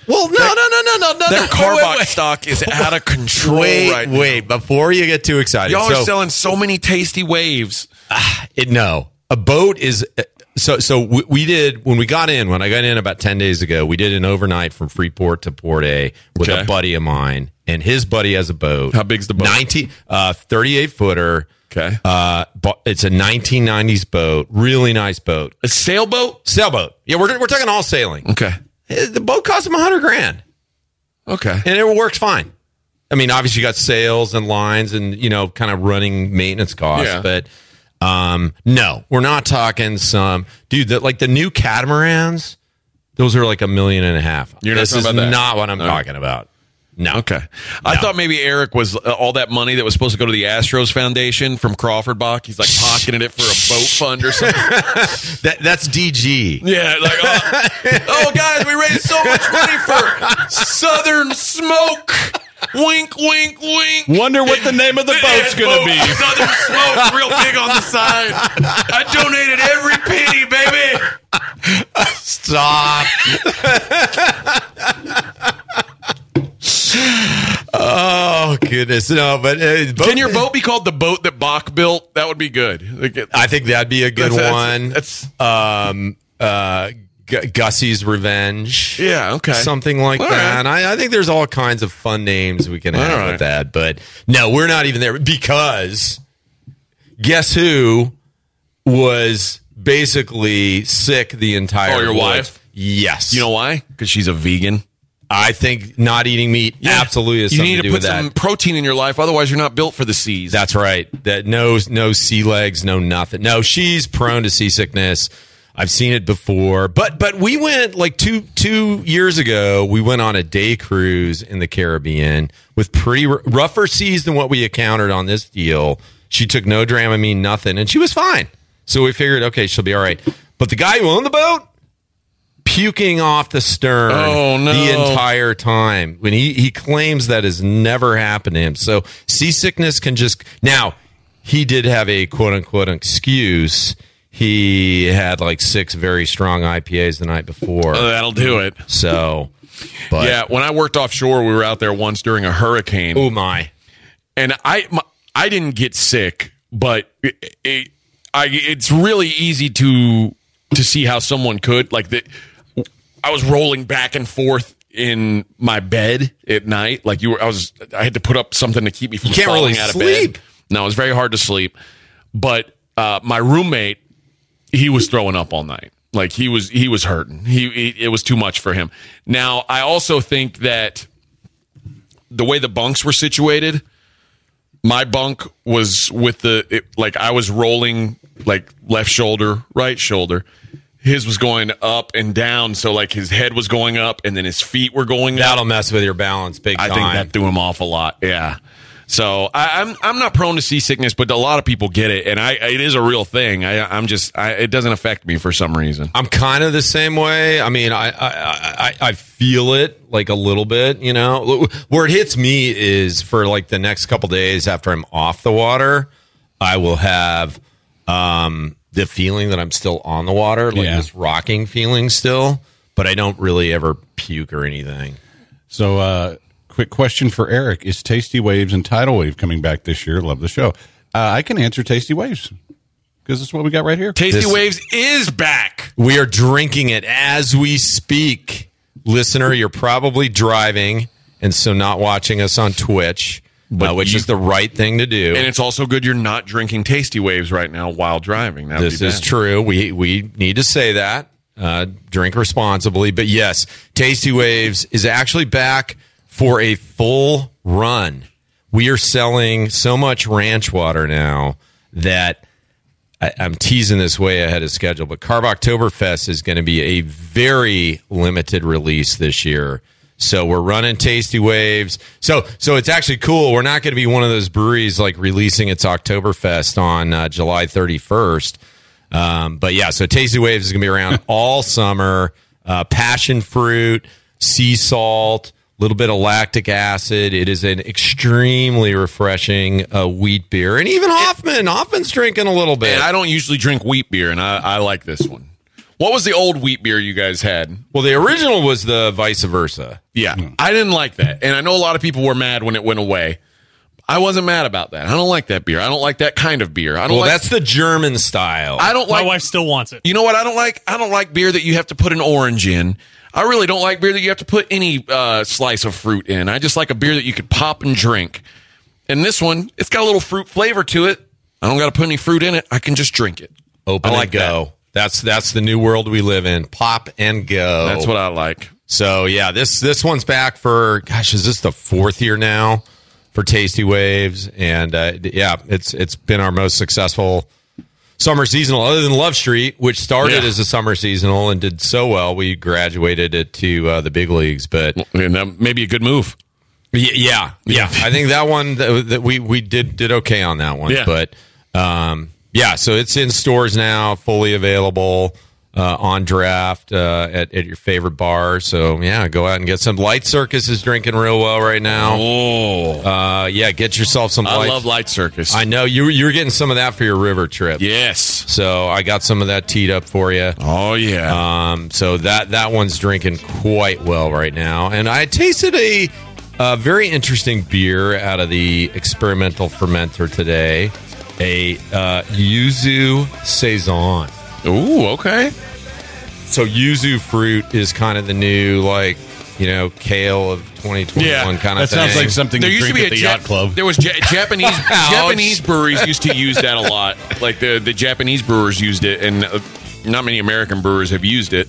Speaker 5: Well, no, no, no, no, no, no.
Speaker 4: that
Speaker 5: Wait,
Speaker 4: car
Speaker 5: wait,
Speaker 4: box
Speaker 5: wait.
Speaker 4: stock is out of control
Speaker 5: Wait,
Speaker 4: right now.
Speaker 5: wait! Before you get too excited,
Speaker 4: Y'all
Speaker 5: So-
Speaker 4: are selling so many tasty waves.
Speaker 5: It, no, a boat is uh, so. So we, we did when we got in. When I got in about ten days ago, we did an overnight from Freeport to Port A with
Speaker 4: Okay.
Speaker 5: a buddy of mine, and his buddy has a boat.
Speaker 4: How big's the boat?
Speaker 5: Nineteen, uh, thirty-eight footer.
Speaker 4: Okay.
Speaker 5: uh, bu- it's a nineteen nineties boat. Really nice boat,
Speaker 4: A sailboat.
Speaker 5: sailboat. Yeah, we're we're talking all sailing.
Speaker 4: Okay,
Speaker 5: Eh, The boat cost him a hundred grand
Speaker 4: okay.
Speaker 5: and it works fine. I mean, obviously you got sales and lines and you know kind of running maintenance costs,
Speaker 4: Yeah.
Speaker 5: but um, no, we're not talking some dude that like the new catamarans. Those are like a million and a half.
Speaker 4: You're not
Speaker 5: this
Speaker 4: talking
Speaker 5: is
Speaker 4: about that?
Speaker 5: not what I'm
Speaker 4: No.
Speaker 5: talking about. No.
Speaker 4: Okay. I thought maybe Eric was uh, all that money that was supposed to go to the Astros Foundation from Crawford Bach. He's like pocketing it for a boat fund or something.
Speaker 5: That that's DG.
Speaker 4: Yeah, like oh, oh, guys, we raised so much money for Southern Smoke. Wink, wink, wink.
Speaker 3: Wonder what the name of the boat's gonna be.
Speaker 4: Southern Smoke, real big on the side. I donated every penny, baby.
Speaker 5: Stop. oh goodness. No, but uh,
Speaker 4: Can your boat be called the boat that Bach built? That would be good. Like, it-
Speaker 5: I think that'd be a good
Speaker 4: That's- that's-
Speaker 5: one.
Speaker 4: that's-
Speaker 5: um, uh, G- Gussie's Revenge.
Speaker 4: Yeah, okay.
Speaker 5: Something like
Speaker 4: All
Speaker 5: that.
Speaker 4: right.
Speaker 5: And I, I think there's all kinds of fun names we can have
Speaker 4: right.
Speaker 5: with that. But no, we're not even there because guess who was basically sick the entire
Speaker 4: Oh, your
Speaker 5: voyage?
Speaker 4: wife?
Speaker 5: Yes.
Speaker 4: you know why? Because she's a vegan.
Speaker 5: I think not eating meat absolutely has
Speaker 4: You
Speaker 5: something
Speaker 4: need to,
Speaker 5: do
Speaker 4: put
Speaker 5: with that.
Speaker 4: some protein in your life, otherwise you're not built for the seas.
Speaker 5: That's right. That no no sea legs, no nothing. No, she's prone to seasickness. I've seen it before. But but we went like two two years ago, we went on a day cruise in the Caribbean with pretty r- rougher seas than what we encountered on this deal. She took no Dramamine, nothing, and she was fine. So we figured, okay, she'll be all right. But the guy who owned the boat puking off the stern
Speaker 4: Oh, no.
Speaker 5: the entire time when he, he claims that has never happened to him. So seasickness can just now he did have a quote unquote excuse. He had like six very strong IPAs the night before.
Speaker 4: Oh, that'll do it.
Speaker 5: so, but
Speaker 4: Yeah, when I worked offshore, we were out there once during a hurricane,
Speaker 5: oh my,
Speaker 4: and I my, I didn't get sick, but it, it, I it's really easy to to see how someone could like the I was rolling back and forth in my bed at night, like you were. I was I had to put up something to keep me from
Speaker 5: You can't
Speaker 4: falling
Speaker 5: really
Speaker 4: out
Speaker 5: sleep.
Speaker 4: of bed. No, it was very hard to sleep, but uh, my roommate he was throwing up all night. Like he was he was hurting. He, he it was too much for him. Now I also think that the way the bunks were situated, my bunk was with the it, like I was rolling like left shoulder, right shoulder. His was going up and down, so like his head was going up, and then his feet were going up.
Speaker 5: that'll mess with your balance big
Speaker 4: I
Speaker 5: time.
Speaker 4: think that threw him off a lot. Yeah. So I, I'm I'm not prone to seasickness, but a lot of people get it, and I it is a real thing. I I'm just I, it doesn't affect me for some reason.
Speaker 5: I'm kind of the same way. I mean, I, I I I- I feel it like a little bit, you know. Where it hits me is for like the next couple days after I'm off the water, I will have um the feeling that I'm still on the water, like
Speaker 3: Yeah.
Speaker 5: this rocking feeling still, but I don't really ever puke or anything.
Speaker 3: So, uh, quick question for Eric: Is Tasty Waves and Tidal Wave coming back this year? Love the show. Uh, I can answer Tasty Waves because that's what we got right here.
Speaker 4: Tasty
Speaker 5: This-
Speaker 4: Waves is back.
Speaker 5: We are drinking it as we speak. Listener, you're probably driving and so not watching us on Twitch,
Speaker 4: But
Speaker 5: uh, which
Speaker 4: you-
Speaker 5: is the right thing to do.
Speaker 4: And it's also good you're not drinking Tasty Waves right now while driving. That'd
Speaker 5: this
Speaker 4: be
Speaker 5: is
Speaker 4: bad.
Speaker 5: true. We we need to say that. Uh, drink responsibly, but yes, Tasty Waves is actually back for a full run. We are selling so much ranch water now that I, I'm teasing this way ahead of schedule. But Carb Oktoberfest is going to be a very limited release this year. So we're running Tasty Waves. So so it's actually cool. We're not going to be one of those breweries like releasing its Oktoberfest on uh, July 31st. Um, but yeah, so Tasty Waves is going to be around all summer. Uh, passion fruit, sea salt, a little bit of lactic acid. It is an extremely refreshing uh, wheat beer. And even Hoffman, Hoffman's drinking a little bit.
Speaker 4: And I don't usually drink wheat beer, and I, I like this one. What was the old wheat beer you guys had?
Speaker 5: well, the original was the vice versa.
Speaker 4: Yeah, I didn't like that, and I know a lot of people were mad when it went away. I wasn't mad about that. I don't like that beer. I don't like that kind of beer. I don't
Speaker 5: Well,
Speaker 4: like
Speaker 5: that's the German style.
Speaker 4: I don't
Speaker 6: My
Speaker 4: like
Speaker 6: wife still wants it.
Speaker 4: You know what I don't like? I don't like beer that you have to put an orange in. I really don't like beer that you have to put any uh, slice of fruit in. I just like a beer that you could pop and drink. And this one, it's got a little fruit flavor to it. I don't got to put any fruit in it. I can just drink it.
Speaker 5: Open
Speaker 4: I
Speaker 5: and
Speaker 4: like
Speaker 5: go. That's that's the new world we live in. Pop and go.
Speaker 4: That's what I like.
Speaker 5: So yeah, this this one's back for gosh, is this the fourth year now for Tasty Waves? And uh, d- yeah, it's it's been our most successful summer seasonal, other than Love Street, which started
Speaker 4: Yeah.
Speaker 5: as a summer seasonal and did so well, we graduated it to uh, the big leagues. But y-
Speaker 4: And that may be a good move.
Speaker 5: yeah, yeah, I think that one that, that we we did did okay on that one.
Speaker 4: Yeah.
Speaker 5: But um, yeah, so it's in stores now, fully available. Uh, on draft uh, at, at your favorite bar. So, yeah, go out and get some. Light Circus is drinking real well right now.
Speaker 4: Oh,
Speaker 5: Uh, yeah, get yourself some
Speaker 4: I
Speaker 5: Light-
Speaker 4: love Light Circus.
Speaker 5: I know you, you're getting some of that for your river trip.
Speaker 4: yes.
Speaker 5: So, I got some of that teed up for you.
Speaker 4: Oh, yeah.
Speaker 5: Um, so that that one's drinking quite well right now, and I tasted a, a very interesting beer out of the experimental fermenter today, a uh, yuzu saison.
Speaker 4: Ooh, okay.
Speaker 5: So yuzu fruit is kind of the new like you know kale of 2021
Speaker 4: Yeah,
Speaker 5: kind
Speaker 3: That
Speaker 5: of
Speaker 3: sounds
Speaker 5: thing.
Speaker 3: like something
Speaker 4: There
Speaker 3: you
Speaker 4: used to
Speaker 3: drink at
Speaker 4: be
Speaker 3: the
Speaker 4: a Jap-
Speaker 3: yacht club.
Speaker 4: There was ja- Japanese Japanese breweries used to use that a lot. Like the the Japanese brewers used it, and uh, not many American brewers have used it.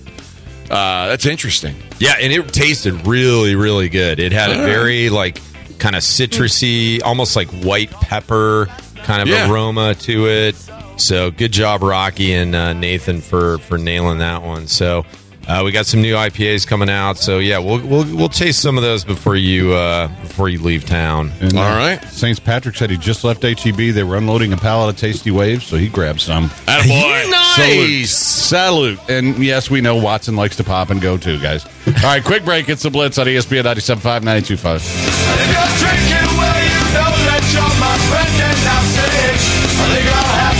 Speaker 4: Uh, that's interesting.
Speaker 5: Yeah, and it tasted really, really good. It had a very like kind of citrusy, almost like white pepper kind of
Speaker 4: Yeah.
Speaker 5: aroma to it. So good job, Rocky and uh, Nathan for for nailing that one. So uh, we got some new IPAs coming out. So yeah, we'll we'll we'll chase some of those before you uh, before you leave town.
Speaker 3: And, uh,
Speaker 4: All right.
Speaker 3: Saints Patrick said he just left HEB. They were unloading a pallet of Tasty Waves, so he grabbed some.
Speaker 4: Attaboy.
Speaker 3: Salute. Salute. And yes, we know Watson likes to pop and go too, guys. All right, quick break. It's the Blitz on E ESPN 97.5, 92.5.
Speaker 7: If you're drinking, well, you know that you're my friend, and I say, I think I'll have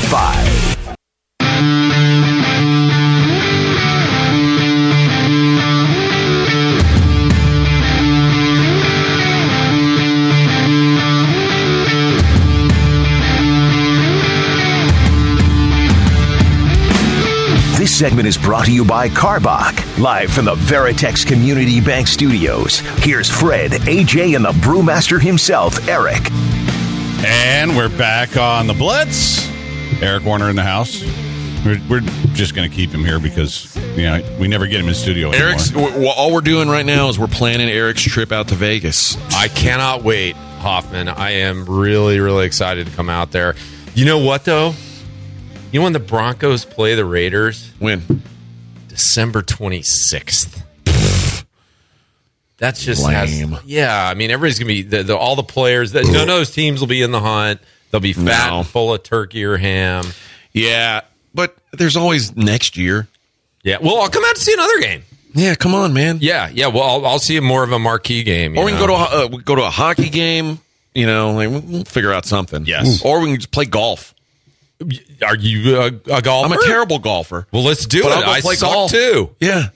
Speaker 7: myself a beer.
Speaker 1: E ESPN 97.5. This segment is brought to you by Carbach, live from the Veritex Community Bank Studios. Here's Fred, AJ, and the brewmaster himself, Eric.
Speaker 3: And we're back on the Blitz. Eric Warner in the house. We're, we're just going to keep him here because you know we never get him in studio anymore.
Speaker 4: Eric's. W- w- all we're doing right now is we're planning Eric's trip out to Vegas.
Speaker 5: I cannot wait, Hoffman. I am really, really excited to come out there. You know what, though? You know when the Broncos play the Raiders?
Speaker 4: When?
Speaker 5: December 26th. That's just
Speaker 4: Lame.
Speaker 5: has- yeah. I mean, everybody's gonna be the, the, all the players that none of those teams will be in the hunt. They'll be fat,
Speaker 4: No.
Speaker 5: and full of turkey or ham.
Speaker 4: Yeah, but there's always next year.
Speaker 5: Yeah. Well, I'll come out to see another game.
Speaker 4: Yeah, come on, man.
Speaker 5: Yeah. Yeah. Well, I'll, I'll see more of a marquee game. you
Speaker 4: Or we can
Speaker 5: know?
Speaker 4: go to a, ho- uh, we can go to a hockey game. You know, like we'll- we'll figure out something.
Speaker 3: Yes.
Speaker 4: Or we can just play golf.
Speaker 5: Are you a, a golfer?
Speaker 4: I'm a terrible golfer.
Speaker 5: Well, let's do
Speaker 4: But I'll
Speaker 5: it.
Speaker 4: go
Speaker 5: I
Speaker 4: play
Speaker 5: suck
Speaker 4: golf.
Speaker 5: too.
Speaker 4: Yeah.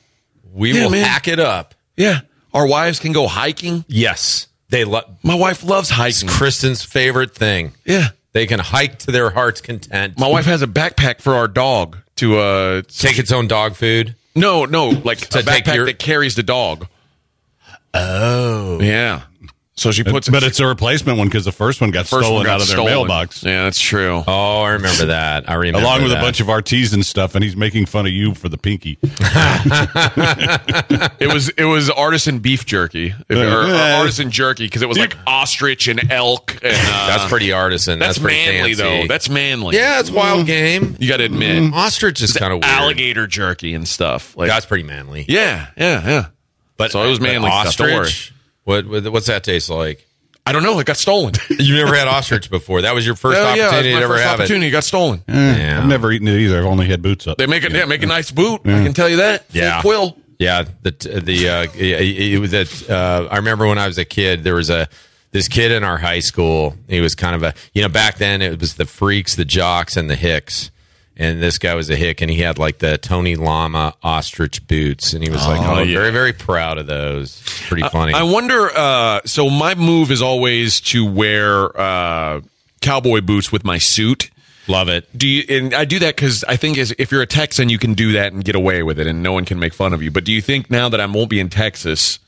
Speaker 5: We
Speaker 4: Yeah,
Speaker 5: will
Speaker 4: man.
Speaker 5: hack it up.
Speaker 4: Yeah. Our wives can go hiking.
Speaker 5: Yes, they love
Speaker 4: My wife loves hiking.
Speaker 5: Kristen's favorite thing.
Speaker 4: Yeah.
Speaker 5: They can hike to their heart's content.
Speaker 4: My wife has a backpack for our dog to uh
Speaker 5: Take its own dog food.
Speaker 4: No, no, like
Speaker 5: To
Speaker 4: a
Speaker 5: take
Speaker 4: backpack
Speaker 5: your-
Speaker 4: that carries the dog. Oh. Yeah. So she puts
Speaker 3: but it's a replacement one because the first one got
Speaker 4: first
Speaker 3: stolen
Speaker 4: one got
Speaker 3: out of their
Speaker 4: stolen.
Speaker 3: mailbox,
Speaker 4: Yeah, that's true.
Speaker 5: Oh, I remember that. I remember
Speaker 3: along with
Speaker 5: that.
Speaker 3: a bunch of artisan stuff, and he's making fun of you for the pinky.
Speaker 4: It was it was artisan beef jerky or, or
Speaker 3: Yeah.
Speaker 4: artisan jerky because it was like ostrich and elk and uh,
Speaker 5: That's pretty artisan.
Speaker 4: that's,
Speaker 5: That's, Mm. pretty
Speaker 4: manly
Speaker 5: fancy.
Speaker 4: though. That's manly.
Speaker 5: yeah, it's wild game.
Speaker 4: you got to admit
Speaker 5: Ostrich is kind of weird.
Speaker 4: alligator jerky and stuff. Like
Speaker 5: That's pretty manly.
Speaker 4: yeah, yeah, yeah.
Speaker 5: but
Speaker 4: so it was
Speaker 5: but
Speaker 4: manly stuff, don't worry.
Speaker 5: ostrich. What, what what's that taste like?
Speaker 4: I don't know. It got stolen.
Speaker 5: You've never had ostrich before. That was your first
Speaker 4: Oh, yeah,
Speaker 5: opportunity
Speaker 4: that's my
Speaker 5: to ever
Speaker 4: first
Speaker 5: have
Speaker 4: opportunity. It got stolen.
Speaker 5: it. Yeah.
Speaker 3: I've never eaten it either. I've only had boots up.
Speaker 4: They make it. Yeah, make a nice boot. I can tell you that. Full
Speaker 5: Yeah.
Speaker 4: quill.
Speaker 5: Yeah, the the uh, it- it was that. Uh, I remember when I was a kid, there was a this kid in our high school. He was kind of a you know back then it was the freaks, the jocks, and the hicks. And this guy was a hick, and he had like the Tony Llama ostrich boots, and he was like,
Speaker 4: Oh,
Speaker 5: oh,
Speaker 4: yeah.
Speaker 5: very very proud of those. Pretty funny.
Speaker 4: I wonder. Uh, so my move is always to wear uh, cowboy boots with my suit.
Speaker 5: Love it.
Speaker 4: Do you? And I do that because I think as if you're a Texan, you can do that and get away with it, and no one can make fun of you. But do you think now that I won't be in Texas,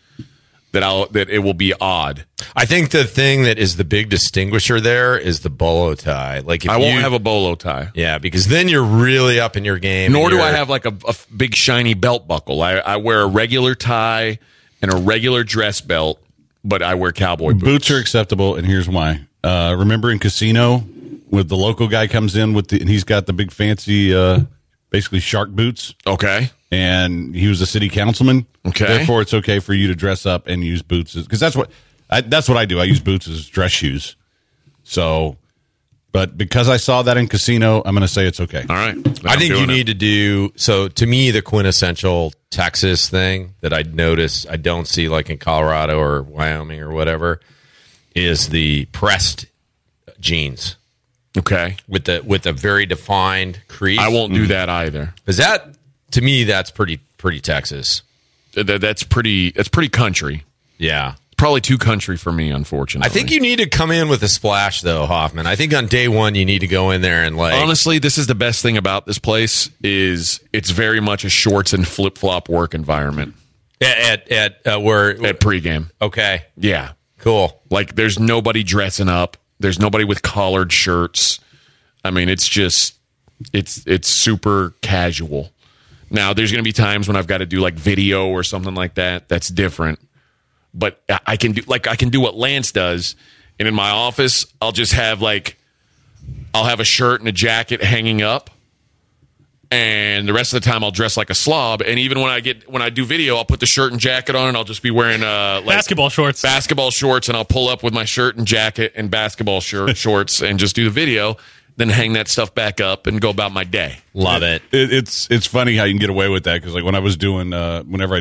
Speaker 4: that I'll that it will be odd?
Speaker 5: I think the thing that is the big distinguisher there is the bolo tie. Like if
Speaker 4: I won't
Speaker 5: you-
Speaker 4: have a bolo tie.
Speaker 5: yeah, because then you're really up in your game.
Speaker 4: Nor
Speaker 5: and
Speaker 4: do I
Speaker 5: you're-
Speaker 4: have like a, a big shiny belt buckle. I, I wear a regular tie and a regular dress belt, but I wear cowboy boots.
Speaker 3: Boots are acceptable, and here's why. Uh, remember in Casino, when the local guy comes in with the, and he's got the big fancy, uh, basically shark boots,
Speaker 4: okay.
Speaker 3: and he was a city councilman.
Speaker 4: Okay.
Speaker 3: therefore it's okay for you to dress up and use boots because that's what I, that's what I do. I use boots as dress shoes. So, but because I saw that in Casino, I'm going to say it's okay.
Speaker 4: All right. Then
Speaker 5: I
Speaker 4: I'm
Speaker 5: think you
Speaker 4: doing it.
Speaker 5: need to do so. To me, the quintessential Texas thing that I notice I don't see like in Colorado or Wyoming or whatever is the pressed jeans
Speaker 4: Okay.
Speaker 5: with the with a very defined crease.
Speaker 4: I won't do that either.
Speaker 5: because that to me that's pretty pretty Texas.
Speaker 4: That, that's pretty. That's pretty country.
Speaker 5: Yeah,
Speaker 4: Probably too country for me, unfortunately.
Speaker 5: I think you need to come in with a splash though, Hoffman. I think on day one you need to go in there and like
Speaker 4: Honestly, this is the best thing about this place is it's very much a shorts and flip flop work environment
Speaker 5: at at, at uh, where
Speaker 4: at pregame.
Speaker 5: okay
Speaker 4: Yeah.
Speaker 5: cool.
Speaker 4: Like there's nobody dressing up. There's nobody with collared shirts. I mean, it's just it's it's super casual. Now there's gonna be times when I've got to do like video or something like that. That's different. But I- I can do like I can do what Lance does, and in my office I'll just have like I'll have a shirt and a jacket hanging up, and the rest of the time I'll dress like a slob. And even when I get when I do video, I'll put the shirt and jacket on, and I'll just be wearing uh like,
Speaker 6: Basketball shorts.
Speaker 4: basketball shorts and I'll pull up with my shirt and jacket and basketball shirt shorts and just do the video, then hang that stuff back up and go about my day.
Speaker 5: Love it.
Speaker 3: It, it's it's funny how you can get away with that because like when I was doing uh, whenever I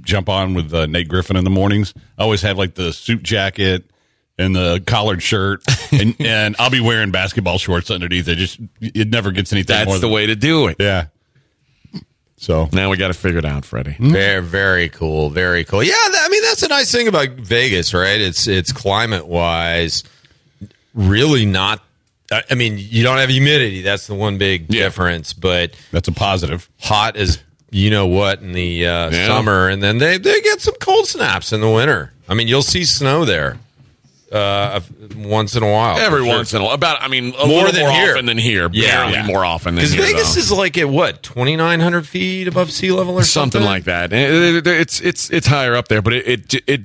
Speaker 3: jump on with uh, Nate Griffin in the mornings, I always have like the suit jacket, and the collared shirt, and and I'll be wearing basketball shorts underneath. It just it never gets anything more
Speaker 4: That's the
Speaker 3: than
Speaker 4: way to do it.
Speaker 3: yeah. So
Speaker 4: Now we got to figure it out, Freddie.
Speaker 5: Very, very cool. Very cool. Yeah, that, I mean that's the nice thing about Vegas, right? It's it's climate wise, really not. I I mean, you don't have humidity. That's the one big difference. But
Speaker 3: that's a positive.
Speaker 5: hot as you know what in the uh,
Speaker 4: Yeah.
Speaker 5: summer, and then they they get some cold snaps in the winter. I mean, you'll see snow there uh, once in a while.
Speaker 4: Every once in a while, about I mean, a
Speaker 5: More
Speaker 4: little
Speaker 5: than
Speaker 4: more
Speaker 5: here.
Speaker 4: often than here,
Speaker 5: Yeah.
Speaker 4: barely
Speaker 5: Yeah.
Speaker 4: more often than
Speaker 5: Because
Speaker 4: here,
Speaker 5: Vegas
Speaker 4: though.
Speaker 5: is like at what twenty nine hundred feet above sea level or something,
Speaker 4: something like that. It- it- It's it's it's higher up there, but it it, it,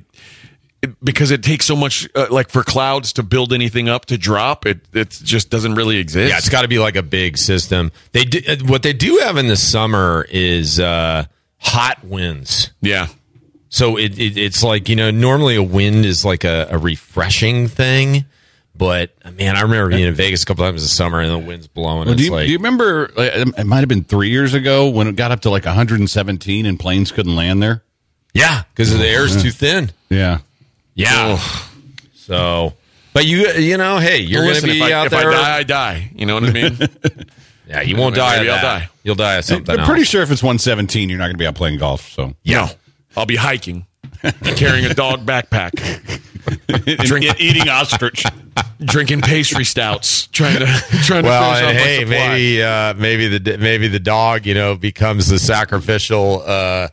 Speaker 4: it- because it takes so much uh, like for clouds to build anything up to drop. It it just doesn't really exist.
Speaker 5: Yeah, it's got to be like a big system. They do, uh, what they do have in the summer is uh, hot winds.
Speaker 4: yeah.
Speaker 5: So it, it it's like you know normally a wind is like a, a refreshing thing, but uh, man, I remember being in Vegas a couple times this summer and the wind's blowing.
Speaker 3: Well,
Speaker 5: it's
Speaker 3: do, you,
Speaker 5: like
Speaker 3: do you remember? uh, It might have been three years ago when it got up to like 117 and planes couldn't land there.
Speaker 5: yeah, because the air's
Speaker 4: Mm-hmm.
Speaker 5: too thin.
Speaker 3: Yeah,
Speaker 5: Yeah. So, but you you know, hey, you're
Speaker 4: Well,
Speaker 5: going to
Speaker 4: listen,
Speaker 5: be
Speaker 4: if I,
Speaker 5: out
Speaker 4: if
Speaker 5: there.
Speaker 4: I die, I die. You know what I mean?
Speaker 5: yeah, you won't die.
Speaker 4: Maybe
Speaker 5: of
Speaker 4: I'll
Speaker 5: that.
Speaker 4: die.
Speaker 5: You'll die of something.
Speaker 3: I'm pretty
Speaker 5: else.
Speaker 3: sure if it's 117, you're not going to be out playing golf. So
Speaker 4: yeah. I'll be hiking, carrying a dog backpack.
Speaker 3: drinking, eating ostrich.
Speaker 4: drinking pastry stouts, trying to trying to
Speaker 5: Well,
Speaker 4: finish off
Speaker 5: and
Speaker 4: my
Speaker 5: hey,
Speaker 4: supply.
Speaker 5: maybe uh, maybe the maybe the dog, you know, becomes the sacrificial uh,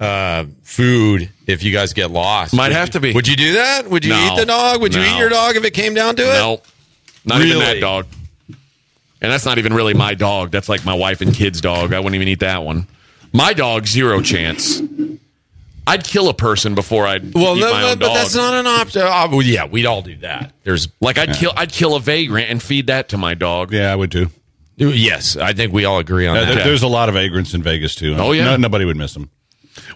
Speaker 5: uh, food if you guys get lost.
Speaker 4: Might
Speaker 5: Would
Speaker 4: have
Speaker 5: you-
Speaker 4: to be.
Speaker 5: Would you do that? Would you
Speaker 4: No.
Speaker 5: eat the dog? Would you
Speaker 4: No.
Speaker 5: eat your dog if it came down to it?
Speaker 4: no, not even
Speaker 5: Really?
Speaker 4: that dog. And that's not even really my dog. That's like my wife and kids' dog. I wouldn't even eat that one. My dog, zero chance. I'd kill a person before I'd
Speaker 5: Well,
Speaker 4: eat
Speaker 5: no,
Speaker 4: my
Speaker 5: no,
Speaker 4: own
Speaker 5: but
Speaker 4: dog.
Speaker 5: that's not an option. Uh, well, yeah, we'd all do that. There's
Speaker 4: like I'd kill I'd kill a vagrant and feed that to my dog.
Speaker 3: Yeah, I would too.
Speaker 5: yes, I think we all agree on
Speaker 3: Uh,
Speaker 5: that.
Speaker 3: there- There's a lot of vagrants in Vegas too.
Speaker 4: Oh, yeah.
Speaker 3: No- nobody would miss them.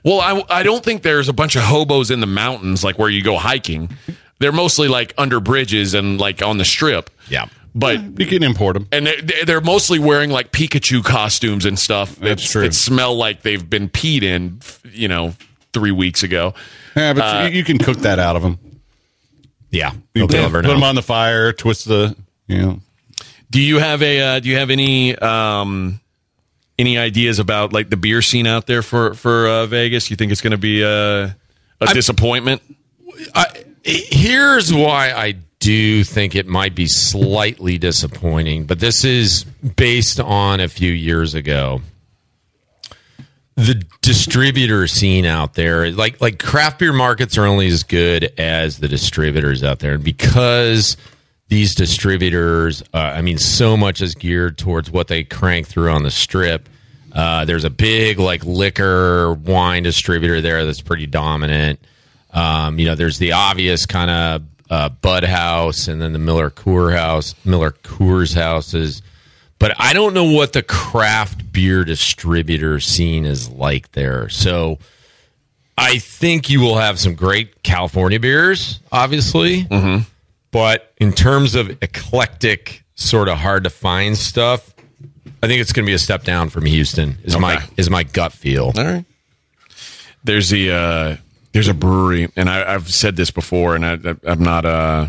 Speaker 4: Well, I I don't think there's a bunch of hobos in the mountains like where you go hiking. They're mostly like under bridges and like on the strip.
Speaker 5: Yeah.
Speaker 4: But
Speaker 3: You can import them.
Speaker 4: and they're, they're mostly wearing like Pikachu costumes and stuff.
Speaker 3: That's
Speaker 4: that-
Speaker 3: true.
Speaker 4: That smell like they've been peed in, you know, three weeks ago.
Speaker 3: Yeah, but you, you can cook that out of them.
Speaker 5: Yeah,
Speaker 3: You
Speaker 5: They'll
Speaker 3: put,
Speaker 5: never
Speaker 3: put
Speaker 5: know.
Speaker 3: them on the fire, twist the you know.
Speaker 4: Do you have a? Uh, do you have any? Um, any ideas about like the beer scene out there for for uh, Vegas? You think it's going to be uh, a disappointment?
Speaker 5: I, here's why I do think it might be slightly disappointing, but this is based on a few years ago. The distributor scene out there, like like craft beer markets are only as good as the distributors out there, and because these distributors, uh, I mean, so much is geared towards what they crank through on the strip. Uh, there's a big like liquor wine distributor there that's pretty dominant. Um, you know, there's the obvious kind of uh, Bud House, and then the Miller Coor House, Miller Coors houses. But I don't know what the craft beer distributor scene is like there. So I think you will have some great California beers, obviously. But in terms of eclectic, sort of hard to find stuff, I think it's going to be a step down from Houston. Is my
Speaker 4: Okay.
Speaker 5: is my gut feel?
Speaker 4: All right. There's the uh, there's a brewery, and I, I've said this before, and I, I'm not uh,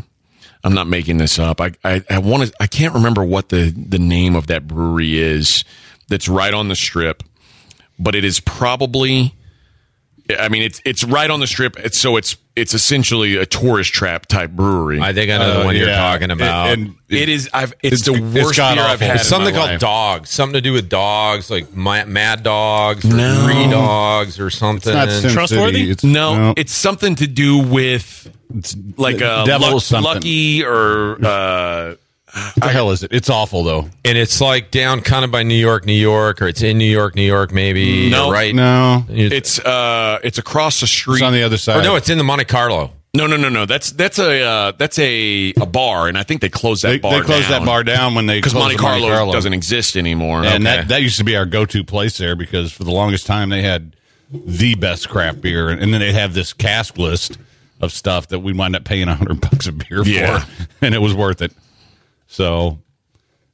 Speaker 4: I'm not making this up. I I, I want to. I can't remember what the the name of that brewery is. That's right on the strip, but it is probably. I mean, it's it's right on the strip, it's, so it's it's essentially a tourist trap type brewery.
Speaker 5: I think I know the
Speaker 3: Uh,
Speaker 5: one you're
Speaker 3: yeah.
Speaker 5: talking about.
Speaker 3: And- and
Speaker 4: it is. I've it's,
Speaker 3: It's-
Speaker 4: the
Speaker 3: it's
Speaker 4: worst beer I've
Speaker 3: god-awful.
Speaker 4: had.
Speaker 5: It's something
Speaker 4: in my
Speaker 5: called
Speaker 4: life.
Speaker 5: dogs. Something to do with dogs, like my, mad dogs, or three dogs, or something.
Speaker 3: It's not Sin
Speaker 6: Trustworthy?
Speaker 3: City. It's,
Speaker 4: No, it's something to do with like a
Speaker 3: Devil
Speaker 4: luck-
Speaker 3: something.
Speaker 4: lucky or uh,
Speaker 3: what the hell is it? It's awful though.
Speaker 5: and it's like down kind of by New York, New York, or it's in New York, New York, maybe.
Speaker 4: No.
Speaker 5: right?
Speaker 3: No,
Speaker 4: it's uh, it's across the street.
Speaker 3: it's on the other
Speaker 5: or
Speaker 3: side.
Speaker 5: no, it's in the Monte Carlo.
Speaker 4: no, no, no, no. That's that's a uh, that's a, a bar, and I think they closed that
Speaker 3: they, they
Speaker 4: bar.
Speaker 3: closed that bar down when they
Speaker 4: because
Speaker 3: closed
Speaker 4: Monte
Speaker 3: the
Speaker 4: Carlo, doesn't exist anymore.
Speaker 3: And
Speaker 4: Okay.
Speaker 3: that, that used to be our go to place there because for the longest time they had the best craft beer, and then they'd have this cask list of stuff that we wind up paying hundred bucks a beer
Speaker 4: Yeah.
Speaker 3: for, and it was worth it. So,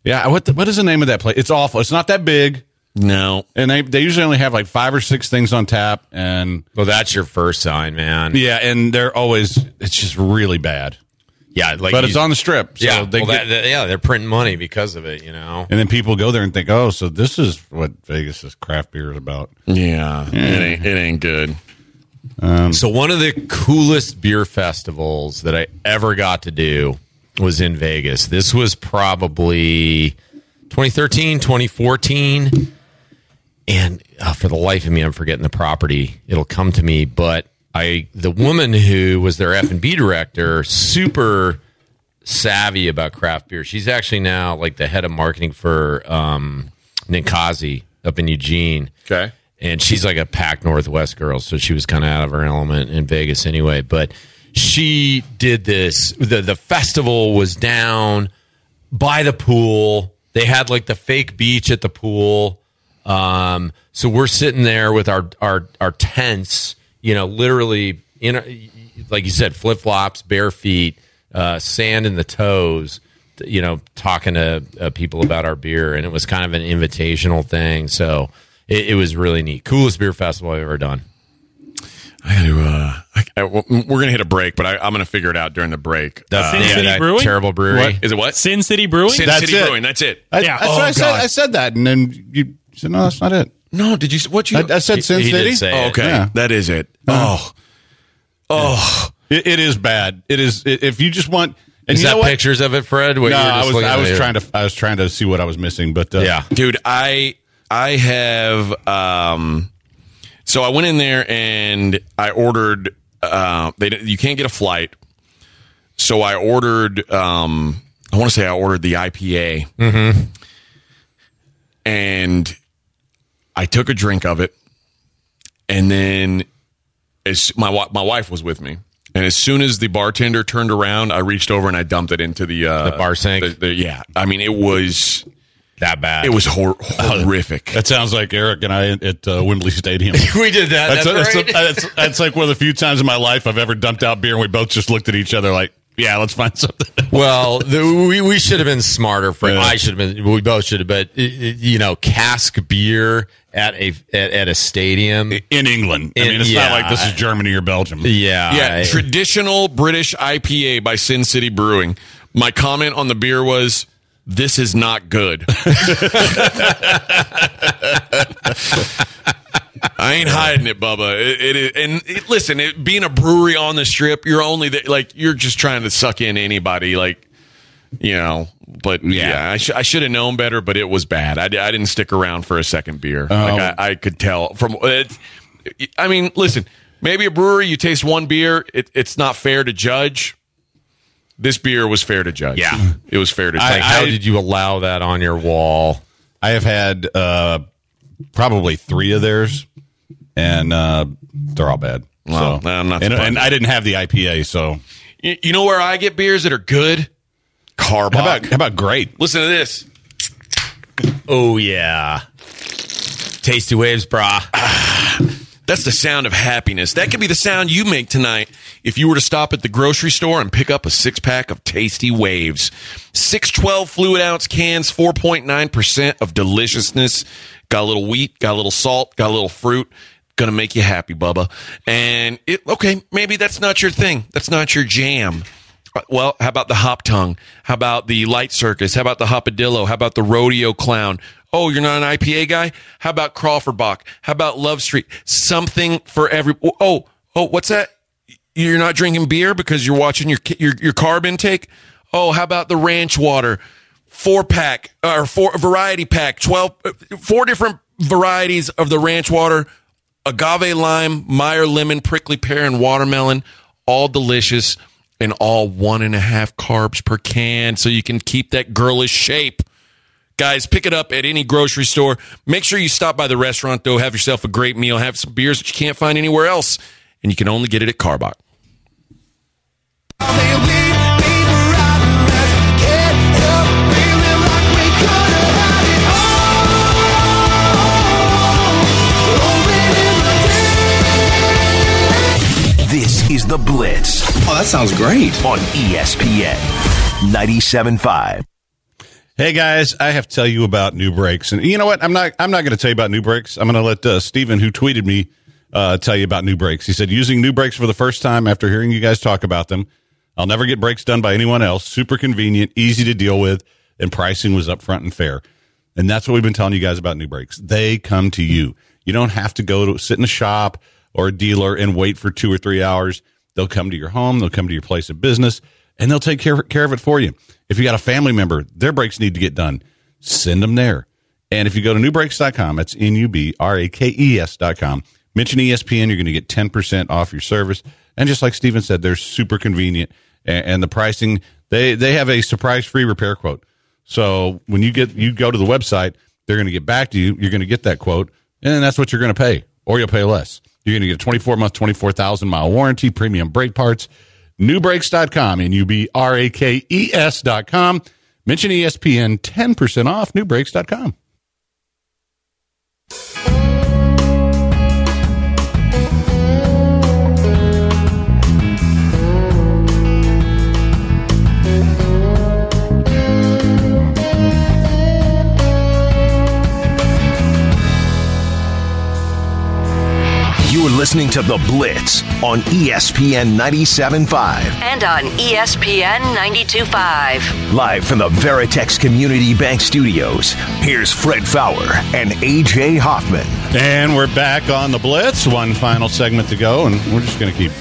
Speaker 3: yeah, what the, what is the name of that place? It's awful. It's not that big,
Speaker 4: no,
Speaker 3: and they they usually only have like five or six things on tap, and
Speaker 5: Well, that's your first sign, man.
Speaker 3: yeah, and they're always it's just really bad.
Speaker 5: Yeah, like
Speaker 3: but
Speaker 5: he's-
Speaker 3: it's on the strip. So
Speaker 5: yeah,
Speaker 3: they
Speaker 5: well,
Speaker 3: get-
Speaker 5: that- that- yeah, they're printing money because of it. You know,
Speaker 3: and then people go there and think, oh, so this is what Vegas's craft beer is about.
Speaker 4: Yeah, It, ain't, it ain't good.
Speaker 5: So one of the coolest beer festivals that I ever got to do was in Vegas. This was probably 2013, 2014. And uh, for the life of me, I'm forgetting the property. It'll come to me, but I the woman who was their F&B director, super savvy about craft beer. She's actually now like the head of marketing for um Ninkazi up in Eugene
Speaker 4: Okay.
Speaker 5: and she's like a pack northwest girl so she was kind of out of her element in vegas anyway but she did this the, the festival was down by the pool they had like the fake beach at the pool um, so we're sitting there with our our our tents you know literally in a- like you said flip-flops bare feet uh, sand in the toes you know talking to uh, people about our beer and it was kind of an invitational thing so it, it was really neat. Coolest beer festival I've ever done.
Speaker 4: I got to. Uh, I, I- well, we're gonna hit a break, but I, I'm gonna figure it out during the break. Uh,
Speaker 6: Sin
Speaker 5: Yeah,
Speaker 6: City
Speaker 5: that
Speaker 6: Brewing?
Speaker 5: terrible brewery.
Speaker 4: is it what?
Speaker 6: Sin City Brewing?
Speaker 4: Sin
Speaker 3: That's
Speaker 4: City
Speaker 3: it.
Speaker 4: Brewing. That's it.
Speaker 3: I,
Speaker 6: Yeah.
Speaker 3: That's
Speaker 6: Oh,
Speaker 3: what I said.
Speaker 4: God.
Speaker 3: I said that, and then you said, no, that's not it.
Speaker 4: No, did you? What you?
Speaker 3: I, I said Sin
Speaker 5: he did
Speaker 3: City.
Speaker 5: say
Speaker 4: oh, okay,
Speaker 3: Yeah.
Speaker 4: that is it. Oh,
Speaker 3: It, it is bad. It is. It, if you just want, and
Speaker 5: Is
Speaker 3: you
Speaker 5: that
Speaker 3: know what?
Speaker 5: pictures of it, Fred? What
Speaker 3: No,
Speaker 5: you were
Speaker 3: I
Speaker 5: just
Speaker 3: was.
Speaker 5: looking
Speaker 3: I
Speaker 5: at
Speaker 3: was
Speaker 5: here?
Speaker 3: trying to. I was trying to see what I was missing, but uh,
Speaker 5: Yeah.
Speaker 4: dude, I I have. um So I went in there and I ordered. Uh, they you can't get a flight, so I ordered. um I want to say I ordered the IPA, mm-hmm. and I took a drink of it, and then as my wi- my wife was with me, and as soon as the bartender turned around, I reached over and I dumped it into the uh,
Speaker 5: The bar sink?
Speaker 4: the- the- yeah, I mean it was
Speaker 5: That bad.
Speaker 4: it was hor- horrific.
Speaker 3: that sounds like Eric and I at uh, Wembley Stadium.
Speaker 5: we did that. That's,
Speaker 3: That's, that's,
Speaker 5: right.
Speaker 3: that's, that's like one of the few times in my life I've ever dumped out beer, and we both just looked at each other like, "Yeah, let's find something."
Speaker 5: well, the, we we should have been smarter, Fred.
Speaker 3: Yeah.
Speaker 5: I should have been. We both should have. But i- i- you know, cask beer at a at, at a stadium.
Speaker 3: in England. I
Speaker 5: In-
Speaker 3: mean, it's
Speaker 5: yeah.
Speaker 3: not like this is Germany or Belgium.
Speaker 5: Yeah.
Speaker 4: yeah,
Speaker 5: I-
Speaker 4: traditional British IPA by Sin City Brewing. My comment on the beer was, "This is not good." I ain't hiding it, Bubba. It, it is, and it, listen, it, being a brewery on the strip, you're only the, like you're just trying to suck in anybody, like you know. But yeah, I, sh- I should have known better, but it was bad. I, di- I didn't stick around for a second beer.
Speaker 3: Oh.
Speaker 4: Like I, I could tell from it. I mean, listen, maybe a brewery you taste one beer, it, it's not fair to judge. This beer was fair to judge.
Speaker 5: Yeah.
Speaker 4: it was fair to judge.
Speaker 5: Like, how
Speaker 3: I-
Speaker 5: did you allow that on your wall?
Speaker 3: I have had uh, probably three of theirs, and uh, they're all bad.
Speaker 4: Wow,
Speaker 3: so
Speaker 4: I'm not
Speaker 3: and,
Speaker 4: surprised.
Speaker 3: and I didn't have the IPA. So
Speaker 4: Y- you know where I get beers that are good? Carbach.
Speaker 3: how about how about great?
Speaker 4: listen to this.
Speaker 5: Oh yeah. Tasty waves, brah.
Speaker 4: That's the sound of happiness. That could be the sound you make tonight if you were to stop at the grocery store and pick up a six pack of tasty waves. 612 fluid ounce cans, 4.9% of deliciousness. Got a little wheat, got a little salt, got a little fruit. Gonna make you happy, Bubba. And it, okay, maybe that's not your thing. That's not your jam. Uh, Well, how about the hop tongue? How about the light circus? How about the hopadillo? How about the rodeo clown? Oh, you're not an IPA guy? How about Crawford Bach? How about Love Street? Something for every. Oh, oh, what's that? You're not drinking beer because you're watching your ki- your, your carb intake. Oh, how about the ranch water? Four pack uh, or four variety pack. Twelve, uh, four different varieties of the ranch water agave lime, Meyer lemon, prickly pear, and watermelon, all delicious and all one and a half carbs per can. So you can keep that girlish shape. Guys, pick it up at any grocery store. Make sure you stop by the restaurant, though. Have yourself a great meal. Have some beers that you can't find anywhere else. And you can only get it at Carbach.
Speaker 8: Oh,
Speaker 1: This is The Blitz
Speaker 8: Oh, that sounds great.
Speaker 1: on E ESPN 97.5.
Speaker 3: Hey guys, I have to tell you about new brakes, and you know what? I'm not. I'm not going to tell you about new brakes. I'm going to let uh, Steven, who tweeted me, uh, tell you about new brakes. He said using new brakes for the first time after hearing you guys talk about them. I'll never get breaks done by anyone else. Super convenient, easy to deal with, and pricing was upfront and fair. And that's what we've been telling you guys about new brakes. They come to you. You don't have to go to sit in a shop or a dealer and wait for two or three hours. They'll come to your home, they'll come to your place of business, and they'll take care, care of it for you. If you got a family member, their brakes need to get done, send them there. And if you go to newbrakes.com, that's N U B R A K E S.com, mention E ESPN, you're going to get 10% off your service. And just like Steven said, they're super convenient. And, and the pricing, they, they have a surprise free repair quote. So when you get you go to the website, they're going to get back to you. You're going to get that quote, and then that's what you're going to pay, or you'll pay less. You're going to get a 24 month, 24,000 mile warranty, premium brake parts, newbrakes.com, and U B R A K E S.com. Mention E ESPN 10% off newbrakes.com.
Speaker 1: You're listening to The Blitz on E ESPN 97.5.
Speaker 2: and on E ESPN 92.5.
Speaker 1: Live from the Veritex Community Bank Studios, here's Fred Fowler and AJ Hoffman.
Speaker 3: And we're back on the Blitz. One final segment to go, and we're just going to keep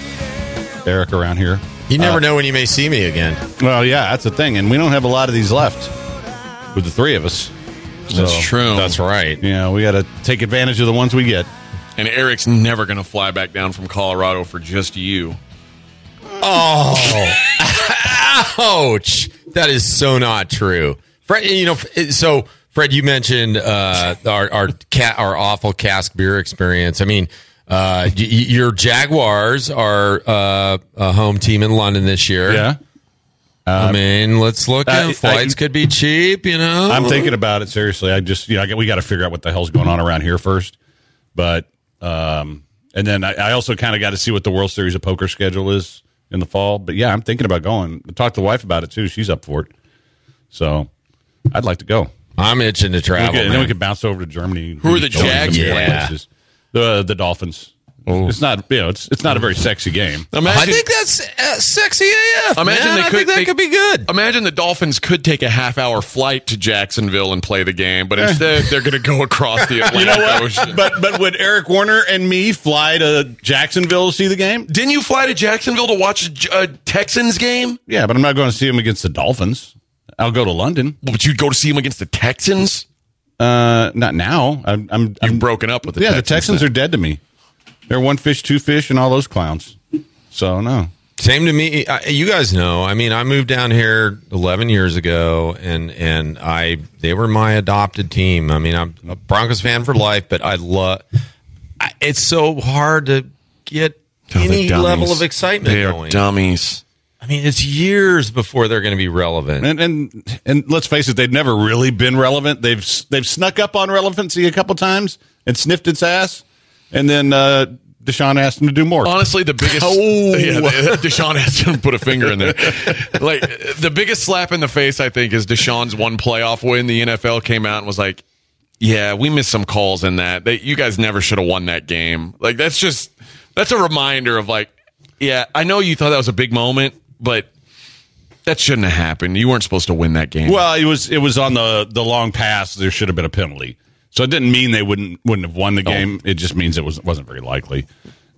Speaker 3: Eric around here.
Speaker 5: You never know when you may see me again.
Speaker 3: Well, yeah, that's the thing, and we don't have a lot of these left with the three of us.
Speaker 4: That's true.
Speaker 5: That's right.
Speaker 3: Yeah, we got to take advantage of the ones we get.
Speaker 4: And Eric's never going to fly back down from Colorado for just you.
Speaker 5: Ouch! That is so not true, Fred. You know, f- so Fred, you mentioned uh, our our cat our awful cask beer experience. I mean, uh, y- y- your Jaguars are uh, a home team in London this year.
Speaker 3: Yeah, Uh,
Speaker 5: I mean, let's look.
Speaker 3: I-
Speaker 5: at flights
Speaker 3: I-
Speaker 5: could be cheap. You know,
Speaker 3: I'm thinking about it seriously. I just, you know, I get, we got to figure out what the hell's going on around here first. But, um, and then I, I also kind of got to see what the World Series of Poker schedule is in the fall. But yeah, I'm thinking about going. I talked to the wife about it too. She's up for it. So I'd like to go.
Speaker 5: I'm itching to
Speaker 3: We
Speaker 5: travel.
Speaker 3: could- and then we
Speaker 5: man.
Speaker 3: could bounce over to Germany.
Speaker 4: Who are the
Speaker 3: Join some
Speaker 4: Jags
Speaker 3: different
Speaker 5: playing?
Speaker 3: places. The the Dolphins. It's not you know it's it's not a very sexy game.
Speaker 5: I think that's uh, sexy AF.
Speaker 4: Imagine
Speaker 5: man.
Speaker 4: they
Speaker 5: I
Speaker 4: could-
Speaker 5: think that
Speaker 4: they-
Speaker 5: could be good.
Speaker 4: Imagine the Dolphins could take a half hour flight to Jacksonville and play the game, but
Speaker 5: Eh.
Speaker 4: instead they're going to go across the Atlantic Ocean.
Speaker 3: but but would Eric Warner and me fly to Jacksonville to see the game?
Speaker 4: Didn't you fly to Jacksonville to watch a J- a Texans game?
Speaker 3: Yeah, but I'm not going to see him against the Dolphins. I'll go to London.
Speaker 4: But you'd go to see them against the Texans?
Speaker 3: Uh, not now. I'm I'm,
Speaker 4: You've
Speaker 3: I'm
Speaker 4: broken up with the
Speaker 3: yeah.
Speaker 4: Texans.
Speaker 3: the Texans
Speaker 4: then.
Speaker 3: are dead to me. They're one fish, two fish, and all those clowns. So no.
Speaker 5: Same to me. I, you guys know. I mean, I moved down here 11 years ago, and and I they were my adopted team. I mean, I'm a Broncos fan for life, but I love. I- It's so hard to get
Speaker 4: Oh, they're
Speaker 5: any
Speaker 4: dummies.
Speaker 5: level of excitement
Speaker 4: They are
Speaker 5: going.
Speaker 4: dummies.
Speaker 5: I mean, it's years before they're going to be relevant.
Speaker 3: And and and let's face it, they've never really been relevant. They've they've snuck up on relevancy a couple times and sniffed its ass, and then uh, Deshaun asked them to do more.
Speaker 4: Honestly, the biggest.
Speaker 3: Oh.
Speaker 4: Yeah, the- Deshaun has to put a finger in there. like the biggest slap in the face, I think, is Deshaun's one playoff win. The NFL came out and was like, "Yeah, we missed some calls in that. They, you guys never should have won that game." Like that's just that's a reminder of like, yeah, I know you thought that was a big moment, but that shouldn't have happened. You weren't supposed to win that game.
Speaker 3: Well, it was it was on the the long pass. There should have been a penalty. So it didn't mean they wouldn't wouldn't have won the
Speaker 4: Oh.
Speaker 3: game. It just means it was wasn't very likely.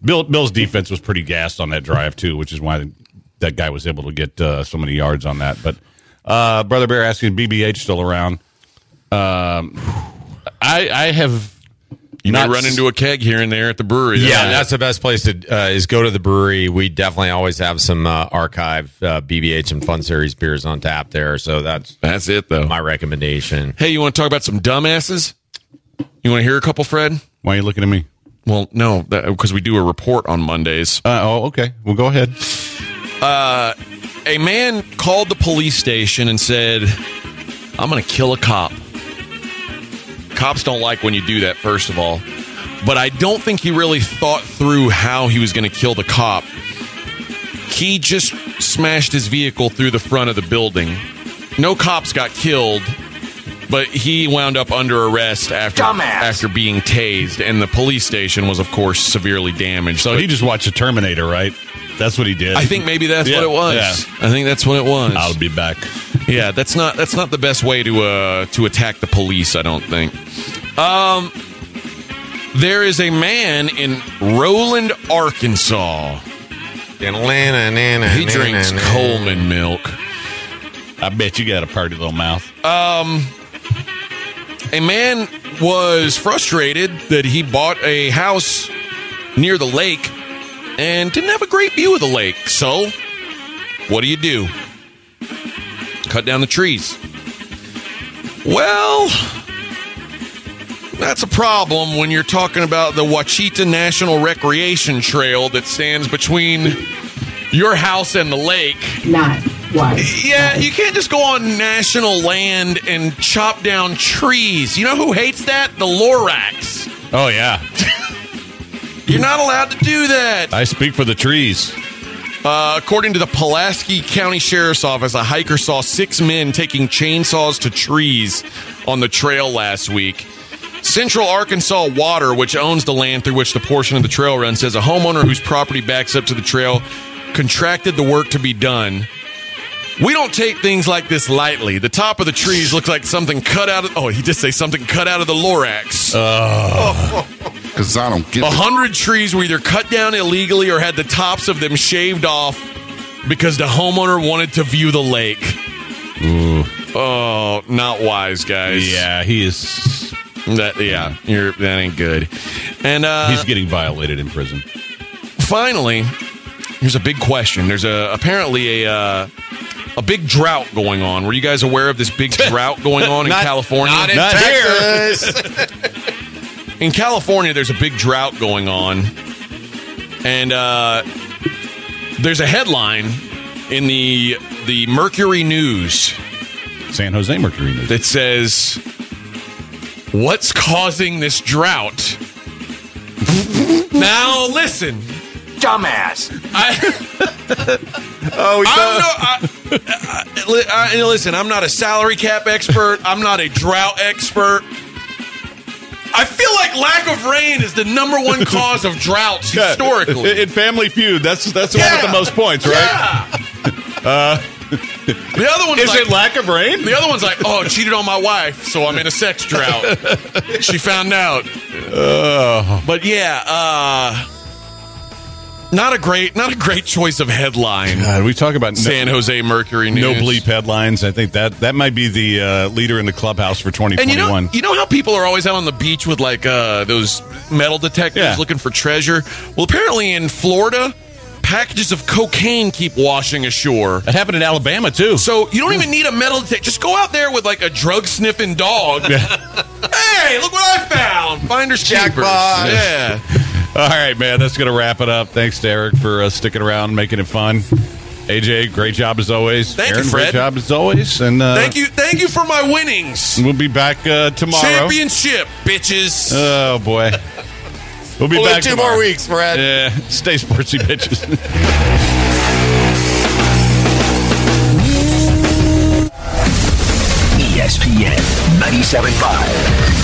Speaker 3: Bill Bill's defense was pretty gassed on that drive too, which is why that guy was able to get uh, so many yards on that. But uh, brother Bear asking BBH still around. Um, I I have
Speaker 4: you may
Speaker 3: not
Speaker 4: run
Speaker 3: s-
Speaker 4: into a keg here and there at the brewery.
Speaker 5: Yeah, that's the best place to uh, is go to the brewery. We definitely always have some uh, archive uh, BBH and Fun Series beers on tap there, so that's
Speaker 4: that's it though.
Speaker 5: my recommendation.
Speaker 4: Hey, you want to talk about some dumbasses? You want to hear a couple, Fred?
Speaker 3: Why are you looking at me?
Speaker 4: Well, no, because we do a report on Mondays.
Speaker 3: Uh, oh, okay. Well, go ahead.
Speaker 4: A man called the police station and said, I'm going to kill a cop. Cops don't like when you do that, first of all. But I don't think he really thought through how he was going to kill the cop. He just smashed his vehicle through the front of the building. No cops got killed, but he wound up under arrest after after being tased, and the police station was, of course, severely damaged.
Speaker 3: So he just watched the Terminator, right? That's what he did.
Speaker 4: I think maybe that's
Speaker 3: Yeah,
Speaker 4: what it was.
Speaker 3: yeah.
Speaker 4: I think that's what it was.
Speaker 3: I'll be back.
Speaker 4: Yeah, that's not that's not the best way to uh, to attack the police. I don't think. Um, there is a man in Roland, Arkansas. He
Speaker 5: He
Speaker 4: drinks Coleman milk.
Speaker 3: I bet you got a party little mouth.
Speaker 4: A man was frustrated that he bought a house near the lake and didn't have a great view of the lake. So, what do you do? Cut down the trees. Well, that's a problem when you're talking about the Wachita National Recreation Trail that stands between your house and the lake.
Speaker 9: Not one.
Speaker 4: Yeah, you can't just go on national land and chop down trees. You know who hates that? The Lorax.
Speaker 3: Oh yeah,
Speaker 4: You're not allowed to do that.
Speaker 3: I speak for the trees.
Speaker 4: Uh, according to the Pulaski County Sheriff's Office, a hiker saw six men taking chainsaws to trees on the trail last week. Central Arkansas Water, which owns the land through which the portion of the trail runs, says a homeowner whose property backs up to the trail contracted the work to be done. We don't take things like this lightly. The top of the trees looks like something cut out of. Oh, he did say something cut out of the Lorax.
Speaker 10: Because I don't get
Speaker 4: A
Speaker 10: it.
Speaker 4: hundred trees were either cut down illegally or had the tops of them shaved off because the homeowner wanted to view the lake. Oh, not wise, guys.
Speaker 3: Yeah, he is.
Speaker 4: That, yeah, you're, that ain't good. And uh,
Speaker 3: He's getting violated in prison.
Speaker 4: finally, here's a big question. There's a apparently a uh, a big drought going on. Were you guys aware of this big drought going on in California?
Speaker 5: Not in
Speaker 3: Not
Speaker 5: Texas.
Speaker 4: in California, there's a big drought going on, and uh, there's a headline in the the Mercury News
Speaker 3: San Jose Mercury News.
Speaker 4: that says, "What's causing this drought?" now listen, dumbass. I,
Speaker 5: Oh,
Speaker 4: I'm no, I, I- li- I- and listen, I'm not a salary cap expert. I'm not a drought expert. I feel like lack of rain is the number one cause of droughts historically.
Speaker 3: in Family Feud, that's that's the
Speaker 4: Yeah.
Speaker 3: one with the most points, right?
Speaker 4: Yeah. the other one's
Speaker 3: Is
Speaker 4: like,
Speaker 3: it lack of rain?
Speaker 4: the other one's like, oh, cheated on my wife, so I'm in a sex drought. she found out.
Speaker 3: Oh.
Speaker 4: But yeah, uh, not a great, not a great choice of headline.
Speaker 3: God, we talk about
Speaker 4: San Jose Mercury News.
Speaker 3: no, no bleep headlines. I think that that might be the uh, leader in the clubhouse for
Speaker 4: And you
Speaker 3: 2021.
Speaker 4: know, you know how people are always out on the beach with like uh, those metal detectors
Speaker 3: Yeah.
Speaker 4: looking for treasure. Well, apparently in Florida, packages of cocaine keep washing ashore.
Speaker 3: that happened in Alabama too.
Speaker 4: So you don't even need a metal detector. Just go out there with like a drug sniffing dog. hey, look what I found! Finders keepers.
Speaker 5: Jackpot.
Speaker 4: Yeah.
Speaker 3: All right, man, that's going to wrap it up. Thanks to Eric for uh, sticking around, making it fun. AJ, great job as always.
Speaker 4: Thank you,
Speaker 3: Aaron,
Speaker 4: Fred.
Speaker 3: Great job as always. And uh,
Speaker 4: Thank you, thank you for my winnings.
Speaker 3: We'll be back uh, tomorrow.
Speaker 4: Championship, bitches.
Speaker 3: Oh boy, we'll be
Speaker 5: Only
Speaker 3: back
Speaker 5: two
Speaker 3: tomorrow.
Speaker 5: more weeks, Brad.
Speaker 3: Yeah, stay sportsy, bitches.
Speaker 1: E ESPN 97.5.